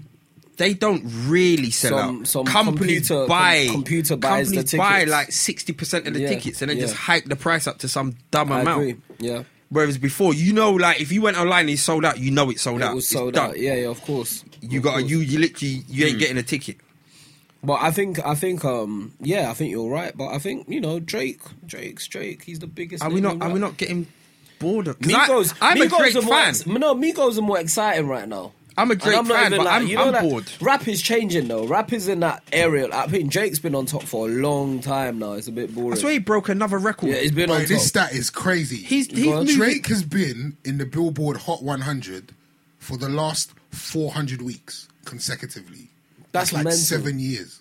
[SPEAKER 2] They don't really sell
[SPEAKER 4] Some-
[SPEAKER 2] out.
[SPEAKER 4] some
[SPEAKER 2] companies
[SPEAKER 4] computer-
[SPEAKER 2] buy
[SPEAKER 4] com- computer buys the
[SPEAKER 2] companies buy
[SPEAKER 4] tickets.
[SPEAKER 2] like sixty percent of the
[SPEAKER 4] Yeah,
[SPEAKER 2] tickets and then
[SPEAKER 4] yeah.
[SPEAKER 2] just hype the price up to some dumb
[SPEAKER 4] I
[SPEAKER 2] amount.
[SPEAKER 4] agree. Yeah.
[SPEAKER 2] Whereas before, you know, like if you went online and it's sold out, you know it's sold out.
[SPEAKER 4] It was
[SPEAKER 2] It's
[SPEAKER 4] sold
[SPEAKER 2] done.
[SPEAKER 4] out. Yeah, yeah, of course.
[SPEAKER 2] You
[SPEAKER 4] Of
[SPEAKER 2] got
[SPEAKER 4] course.
[SPEAKER 2] you. You literally you
[SPEAKER 4] Hmm.
[SPEAKER 2] ain't getting a ticket.
[SPEAKER 4] But I think I think um yeah I think you're right. But I think you know Drake Drake's Drake. He's the biggest.
[SPEAKER 2] Are we
[SPEAKER 4] name
[SPEAKER 2] not?
[SPEAKER 4] in
[SPEAKER 2] Are
[SPEAKER 4] rap.
[SPEAKER 2] we not getting bored? of 'cause
[SPEAKER 4] Migos.
[SPEAKER 2] I, am
[SPEAKER 4] Migos
[SPEAKER 2] a Drake
[SPEAKER 4] are more
[SPEAKER 2] fan.
[SPEAKER 4] ex- no, Migos are more exciting right now.
[SPEAKER 2] I'm a
[SPEAKER 4] And
[SPEAKER 2] Drake
[SPEAKER 4] not
[SPEAKER 2] fan,
[SPEAKER 4] even
[SPEAKER 2] but
[SPEAKER 4] like-
[SPEAKER 2] I'm-
[SPEAKER 4] you know
[SPEAKER 2] I'm
[SPEAKER 4] that
[SPEAKER 2] bored.
[SPEAKER 4] Rap is changing though. Rap is in that area. I think Drake's been on top for a long time now. It's a bit boring.
[SPEAKER 2] I swear he broke another record.
[SPEAKER 4] yeah, he's been on
[SPEAKER 1] Bro,
[SPEAKER 4] top.
[SPEAKER 1] this stat is crazy.
[SPEAKER 2] he's he's
[SPEAKER 4] Go on.
[SPEAKER 2] moving-
[SPEAKER 1] Drake has been in the Billboard Hot 100 for the last 400 weeks consecutively.
[SPEAKER 4] That's
[SPEAKER 1] That's, like
[SPEAKER 4] mental.
[SPEAKER 1] seven years.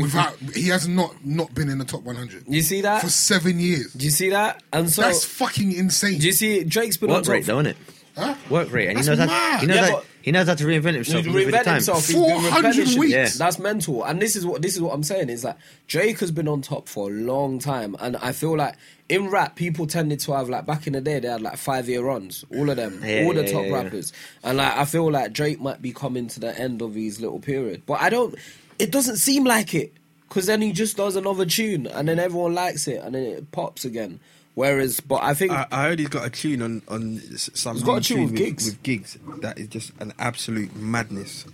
[SPEAKER 1] Without he has not not been in the top 100
[SPEAKER 4] you see that?
[SPEAKER 1] for seven years.
[SPEAKER 4] Do you see that? And so
[SPEAKER 1] That's fucking insane.
[SPEAKER 4] do you see Drake's been on
[SPEAKER 3] What
[SPEAKER 4] top?
[SPEAKER 3] rate though, innit?
[SPEAKER 1] Huh?
[SPEAKER 3] work rate, and he
[SPEAKER 1] That's
[SPEAKER 3] knows
[SPEAKER 1] mad.
[SPEAKER 3] that he knows
[SPEAKER 4] Yeah,
[SPEAKER 3] that
[SPEAKER 4] but-
[SPEAKER 3] he knows how to reinvent himself.
[SPEAKER 4] He's
[SPEAKER 3] with the
[SPEAKER 4] reinvented
[SPEAKER 3] time.
[SPEAKER 4] himself. He's been
[SPEAKER 1] 400
[SPEAKER 4] replenishing.
[SPEAKER 1] weeks.
[SPEAKER 3] Yeah.
[SPEAKER 4] That's mental. And this is what this is what I'm saying is that Drake has been on top for a long time, and I feel like in rap people tended to have like back in the day they had like five year runs, all of them,
[SPEAKER 3] Yeah,
[SPEAKER 4] all the
[SPEAKER 3] yeah,
[SPEAKER 4] top
[SPEAKER 3] yeah, yeah.
[SPEAKER 4] rappers, and like I feel like Drake might be coming to the end of his little period, but I don't. It doesn't seem like it because then he just does another tune, and then everyone likes it, and then it pops again. Whereas, but I
[SPEAKER 3] Uh,
[SPEAKER 4] think
[SPEAKER 2] I, I heard he's got a tune on on s- some.
[SPEAKER 4] He's got a
[SPEAKER 2] YouTube
[SPEAKER 4] tune with gigs.
[SPEAKER 2] With gigs, that is just an absolute madness.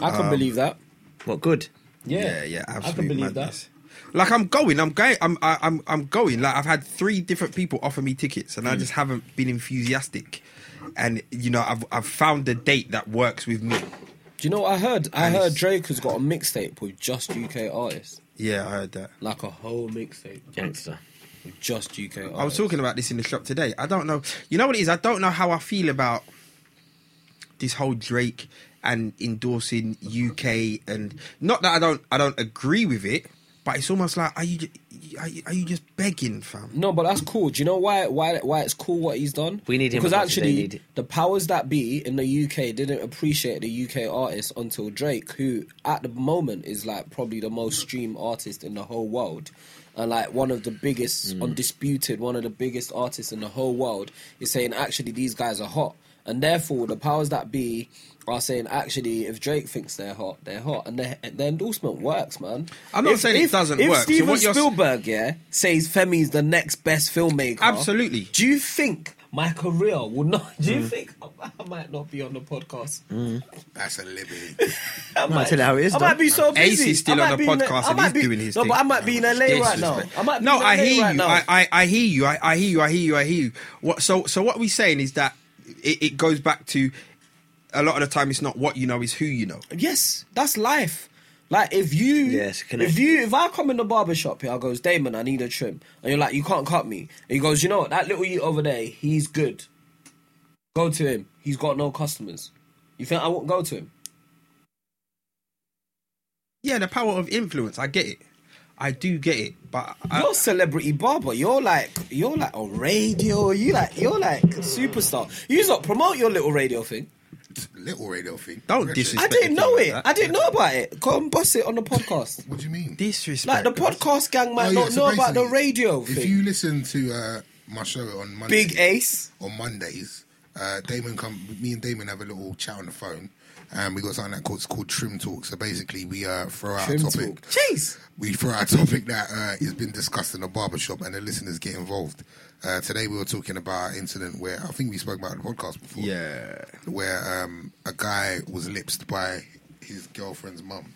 [SPEAKER 4] I
[SPEAKER 3] um,
[SPEAKER 4] can believe that.
[SPEAKER 3] What good?
[SPEAKER 4] Yeah,
[SPEAKER 2] yeah, yeah
[SPEAKER 4] I can
[SPEAKER 2] absolute
[SPEAKER 4] believe that.
[SPEAKER 2] madness. Like I'm going, I'm going, I'm I, I'm I'm going. Like I've had three different people offer me tickets, and I
[SPEAKER 4] Hmm.
[SPEAKER 2] just haven't been enthusiastic. And you know, I've I've found the date that works with me.
[SPEAKER 4] Do you know what I heard? I
[SPEAKER 2] And
[SPEAKER 4] heard
[SPEAKER 2] it's-
[SPEAKER 4] Drake has got a mixtape with just UK artists,
[SPEAKER 2] Yeah, I heard that.
[SPEAKER 4] like a whole mixtape
[SPEAKER 3] Gangster.
[SPEAKER 4] with just UK artists.
[SPEAKER 2] I was talking about this in the shop today. I don't know. You know what it is? I don't know how I feel about this whole Drake and endorsing UK and not that I don't I don't agree with it, but it's almost like are you ju- are you, are you just begging, fam?
[SPEAKER 4] No, but that's cool. Do you know why? Why? Why it's cool what he's done?
[SPEAKER 3] We need him
[SPEAKER 4] because
[SPEAKER 3] as much as they
[SPEAKER 4] actually,
[SPEAKER 3] need-
[SPEAKER 4] the powers that be in the UK didn't appreciate the UK artist until Drake, who at the moment is like probably the most streamed artist in the whole world, and like one of the biggest,
[SPEAKER 3] Hmm.
[SPEAKER 4] undisputed, one of the biggest artists in the whole world, is saying actually these guys are hot, and therefore the powers that be. Are saying actually, if Drake thinks they're hot, they're hot, and their, their endorsement works, man.
[SPEAKER 2] I'm not
[SPEAKER 4] If-
[SPEAKER 2] saying it
[SPEAKER 4] if-
[SPEAKER 2] doesn't
[SPEAKER 4] if
[SPEAKER 2] work. So
[SPEAKER 4] Steven
[SPEAKER 2] what you're s-
[SPEAKER 4] Spielberg, yeah, says Femi's the next best filmmaker,
[SPEAKER 2] Absolutely. Mm.
[SPEAKER 4] do you think my career would not? Do you think I, I might not be on the podcast?
[SPEAKER 1] That's a liberty.
[SPEAKER 4] I might
[SPEAKER 3] tell you how it is,
[SPEAKER 4] I
[SPEAKER 3] though.
[SPEAKER 4] might be so busy.
[SPEAKER 2] Ace is still
[SPEAKER 4] I might
[SPEAKER 2] on the
[SPEAKER 4] be in
[SPEAKER 2] podcast
[SPEAKER 4] I
[SPEAKER 2] and
[SPEAKER 4] might
[SPEAKER 2] he's
[SPEAKER 4] be-
[SPEAKER 2] doing his
[SPEAKER 4] No,
[SPEAKER 2] thing.
[SPEAKER 4] but I might be in LA right now.
[SPEAKER 2] Disrespect.
[SPEAKER 4] I might be
[SPEAKER 2] no,
[SPEAKER 4] in
[SPEAKER 2] I
[SPEAKER 4] LA
[SPEAKER 2] hear
[SPEAKER 4] right
[SPEAKER 2] you.
[SPEAKER 4] now.
[SPEAKER 2] I, I, I hear you. I, I hear you. I hear you. I hear you. What? So so what we're saying is that it, it goes back to a lot of the time. It's not what you know, it's who you know.
[SPEAKER 4] yes, that's life. Like if you,
[SPEAKER 3] Yes, connect.
[SPEAKER 4] if you, if I come in the barber shop here, I goes, Damon, I need a trim, and you're like, you can't cut me. And he goes, you know what, that little you over there, he's good. Go to him. He's got no customers. You think I won't go to him?
[SPEAKER 2] Yeah, the power of influence. I get it. I do get it. But I,
[SPEAKER 4] You're a celebrity barber. You're like you're like on radio. You like you're like a superstar. You just not promote your little radio thing.
[SPEAKER 1] Little radio thing.
[SPEAKER 2] Don't
[SPEAKER 1] Real
[SPEAKER 2] disrespect.
[SPEAKER 1] shit.
[SPEAKER 4] I didn't know
[SPEAKER 2] like
[SPEAKER 4] it.
[SPEAKER 2] that.
[SPEAKER 4] I didn't know about it. Go and bust it on the podcast.
[SPEAKER 1] What do you mean?
[SPEAKER 2] disrespect.
[SPEAKER 4] Like the podcast gang might
[SPEAKER 1] No, yeah,
[SPEAKER 4] not
[SPEAKER 1] so
[SPEAKER 4] know about the
[SPEAKER 1] basically,
[SPEAKER 4] radio
[SPEAKER 1] If
[SPEAKER 4] thing.
[SPEAKER 1] you listen to uh, my show on Monday,
[SPEAKER 4] Big Ace.
[SPEAKER 1] on Mondays, uh, Damon come. Me and Damon have a little chat on the phone, and we got something that called, called Trim Talk. So basically, we uh, throw out a
[SPEAKER 4] Trim
[SPEAKER 1] topic.
[SPEAKER 4] talk. Jeez.
[SPEAKER 1] We throw out a topic that uh, has been discussed in the barbershop, and the listeners get involved. Uh, today, we were talking about an incident where I think we spoke about it on the podcast before.
[SPEAKER 2] yeah.
[SPEAKER 1] where um, a guy was lipsed by his girlfriend's mum.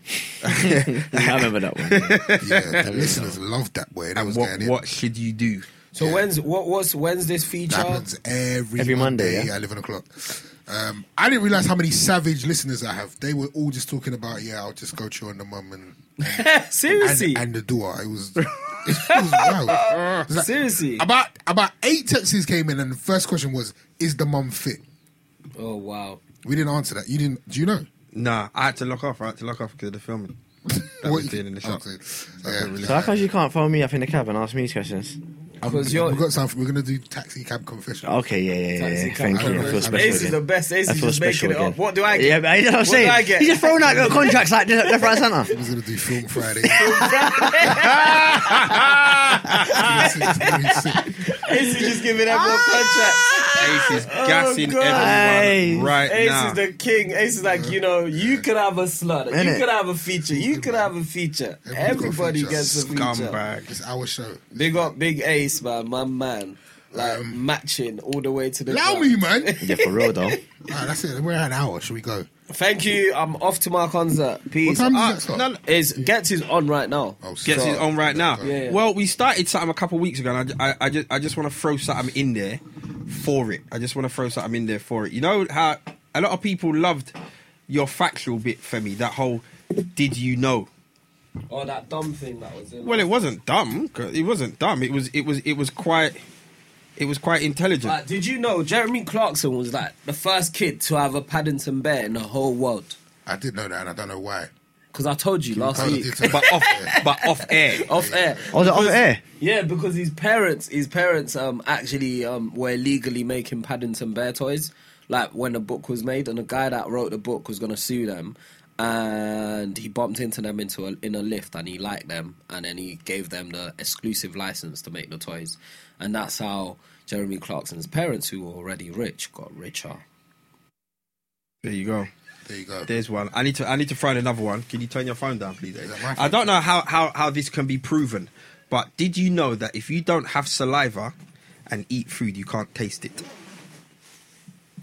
[SPEAKER 3] I remember that one.
[SPEAKER 1] Yeah, the listeners loved that word. That
[SPEAKER 2] And
[SPEAKER 1] was
[SPEAKER 2] what
[SPEAKER 1] getting in.
[SPEAKER 2] what should you do?
[SPEAKER 4] So when's what what's when's this feature?
[SPEAKER 1] That happens every,
[SPEAKER 3] Every Monday,
[SPEAKER 1] Monday,
[SPEAKER 3] yeah?
[SPEAKER 1] at 11 o'clock. Um, I didn't realize how many savage listeners I have. They were all just talking about, yeah, I'll just go chew on the mum and,
[SPEAKER 4] Seriously.
[SPEAKER 1] and, and the door. It was, it was wild. It was like-
[SPEAKER 4] Seriously.
[SPEAKER 1] About, about eight texts came in, and the first question was, is the mum fit?
[SPEAKER 4] oh wow.
[SPEAKER 1] We didn't answer that. You didn't, do you know?
[SPEAKER 2] Nah, I had to lock off. I had to lock off because of the filming. That was doing in the shop.
[SPEAKER 1] Okay.
[SPEAKER 2] I
[SPEAKER 1] Yeah.
[SPEAKER 2] couldn't really-
[SPEAKER 3] so how come you can't phone me up in the cab and ask me these questions?
[SPEAKER 4] Because
[SPEAKER 1] We've
[SPEAKER 4] you're
[SPEAKER 1] got something. We're gonna do taxi cab confession.
[SPEAKER 3] Okay, yeah, yeah, yeah.
[SPEAKER 4] Taxi
[SPEAKER 3] yeah.
[SPEAKER 4] cab.
[SPEAKER 3] Thank you.
[SPEAKER 1] Ace
[SPEAKER 3] I feel
[SPEAKER 1] is
[SPEAKER 3] special
[SPEAKER 4] Ace is
[SPEAKER 3] again.
[SPEAKER 4] the best. Ace
[SPEAKER 3] I
[SPEAKER 4] is
[SPEAKER 3] feel
[SPEAKER 4] just making
[SPEAKER 3] special
[SPEAKER 4] it
[SPEAKER 3] again.
[SPEAKER 4] up. What do I get?
[SPEAKER 3] Yeah, but you know what I'm
[SPEAKER 4] What do I
[SPEAKER 3] saying.
[SPEAKER 4] get?
[SPEAKER 3] He's just throwing out little contracts like this, left, right, centre.
[SPEAKER 1] We're gonna do film Friday. Three, six, three, six.
[SPEAKER 4] Ace is just giving everyone
[SPEAKER 3] Ah!
[SPEAKER 4] contracts.
[SPEAKER 2] Ace is gassing
[SPEAKER 4] God.
[SPEAKER 2] everyone
[SPEAKER 3] Ace.
[SPEAKER 2] right
[SPEAKER 4] Ah, oh, Ace
[SPEAKER 2] now.
[SPEAKER 4] is the king. Ace is like, you know, you could have a slut. You
[SPEAKER 3] Innit?
[SPEAKER 4] could have a feature. You could have a feature.
[SPEAKER 1] Everyone's got a
[SPEAKER 4] Everybody
[SPEAKER 1] feature.
[SPEAKER 4] gets a feature.
[SPEAKER 2] Scumbag.
[SPEAKER 1] It's our show.
[SPEAKER 4] Big up, big Ace, man. My man. Like,
[SPEAKER 1] Um,
[SPEAKER 4] matching all the way to the.
[SPEAKER 1] Allow
[SPEAKER 4] top.
[SPEAKER 1] me, man.
[SPEAKER 3] Yeah, for real though.
[SPEAKER 1] Alright, that's it. We're at an hour. Should we go?
[SPEAKER 4] Thank you. I'm off to my concert.
[SPEAKER 1] What
[SPEAKER 4] Peace. Ah,
[SPEAKER 1] time
[SPEAKER 2] Uh,
[SPEAKER 1] does that start?
[SPEAKER 2] no, no.
[SPEAKER 4] Is Gets is on right now.
[SPEAKER 1] Oh,
[SPEAKER 2] gets
[SPEAKER 1] so-
[SPEAKER 2] his own right now.
[SPEAKER 1] Yeah,
[SPEAKER 4] yeah.
[SPEAKER 2] Well, we started something a couple weeks ago, and I, I, I just I just want to throw something in there for it. I just want to throw something in there for it. You know how a lot of people loved your factual bit for me. That whole did you know?
[SPEAKER 4] Oh, that dumb thing that was in.
[SPEAKER 2] Well, it wasn't dumb. 'cause It wasn't dumb. It was it was it was quite it was quite intelligent.
[SPEAKER 4] Like, did you know Jeremy Clarkson was like the first kid to have a Paddington bear in the whole world?
[SPEAKER 1] I did know that, and I don't know why.
[SPEAKER 4] because I told you last
[SPEAKER 1] Tyler
[SPEAKER 4] week
[SPEAKER 1] did tell me.
[SPEAKER 2] but off, but off air.
[SPEAKER 4] off air.
[SPEAKER 3] Oh, is it off
[SPEAKER 4] Because-
[SPEAKER 3] air?
[SPEAKER 4] Yeah, because his parents, his parents, um, actually, um, were illegally making Paddington Bear toys. Like when the book was made, and the guy that wrote the book was gonna sue them, and he bumped into them into a, in a lift, and he liked them, and then he gave them the exclusive license to make the toys, and that's how Jeremy Clarkson's parents, who were already rich, got richer.
[SPEAKER 2] There you go.
[SPEAKER 1] There you go.
[SPEAKER 2] There's one. I need to. I need to find another one. Can you turn your phone down, please? Ace?
[SPEAKER 1] that my
[SPEAKER 2] I don't know how, how how this can be proven, but did you know that if you don't have saliva and eat food, you can't taste it?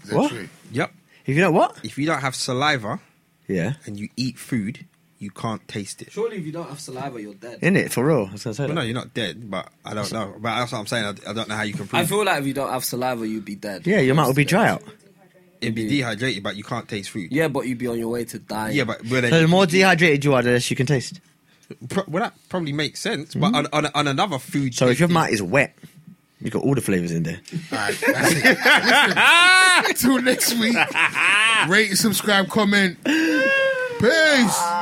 [SPEAKER 1] Is that
[SPEAKER 3] What?
[SPEAKER 1] true?
[SPEAKER 2] Yep.
[SPEAKER 3] If you know what?
[SPEAKER 2] If you don't have saliva
[SPEAKER 3] Yeah.
[SPEAKER 2] and you eat food, you can't taste it.
[SPEAKER 4] Surely, if you don't have saliva, you're dead.
[SPEAKER 3] In it for real. I was gonna say
[SPEAKER 2] Well,
[SPEAKER 3] that.
[SPEAKER 2] no, you're not dead, but I don't know. But that's what I'm saying. I, I don't know how you can prove
[SPEAKER 4] I feel like if you don't have saliva, you'd be dead.
[SPEAKER 3] Yeah, your mouth will be dry out.
[SPEAKER 2] it'd be dehydrated, but you can't taste food.
[SPEAKER 4] Yeah, but you'd be on your way to dying.
[SPEAKER 2] Yeah, but but then
[SPEAKER 3] So the more dehydrated you are, the less you can taste.
[SPEAKER 2] pro- well, that probably makes sense. But on, on, on another food,
[SPEAKER 3] Mm-hmm. So if your mouth is wet, you got all the flavors in there.
[SPEAKER 1] All right, that's it. Listen, Till next week. Rate, subscribe, comment. Peace.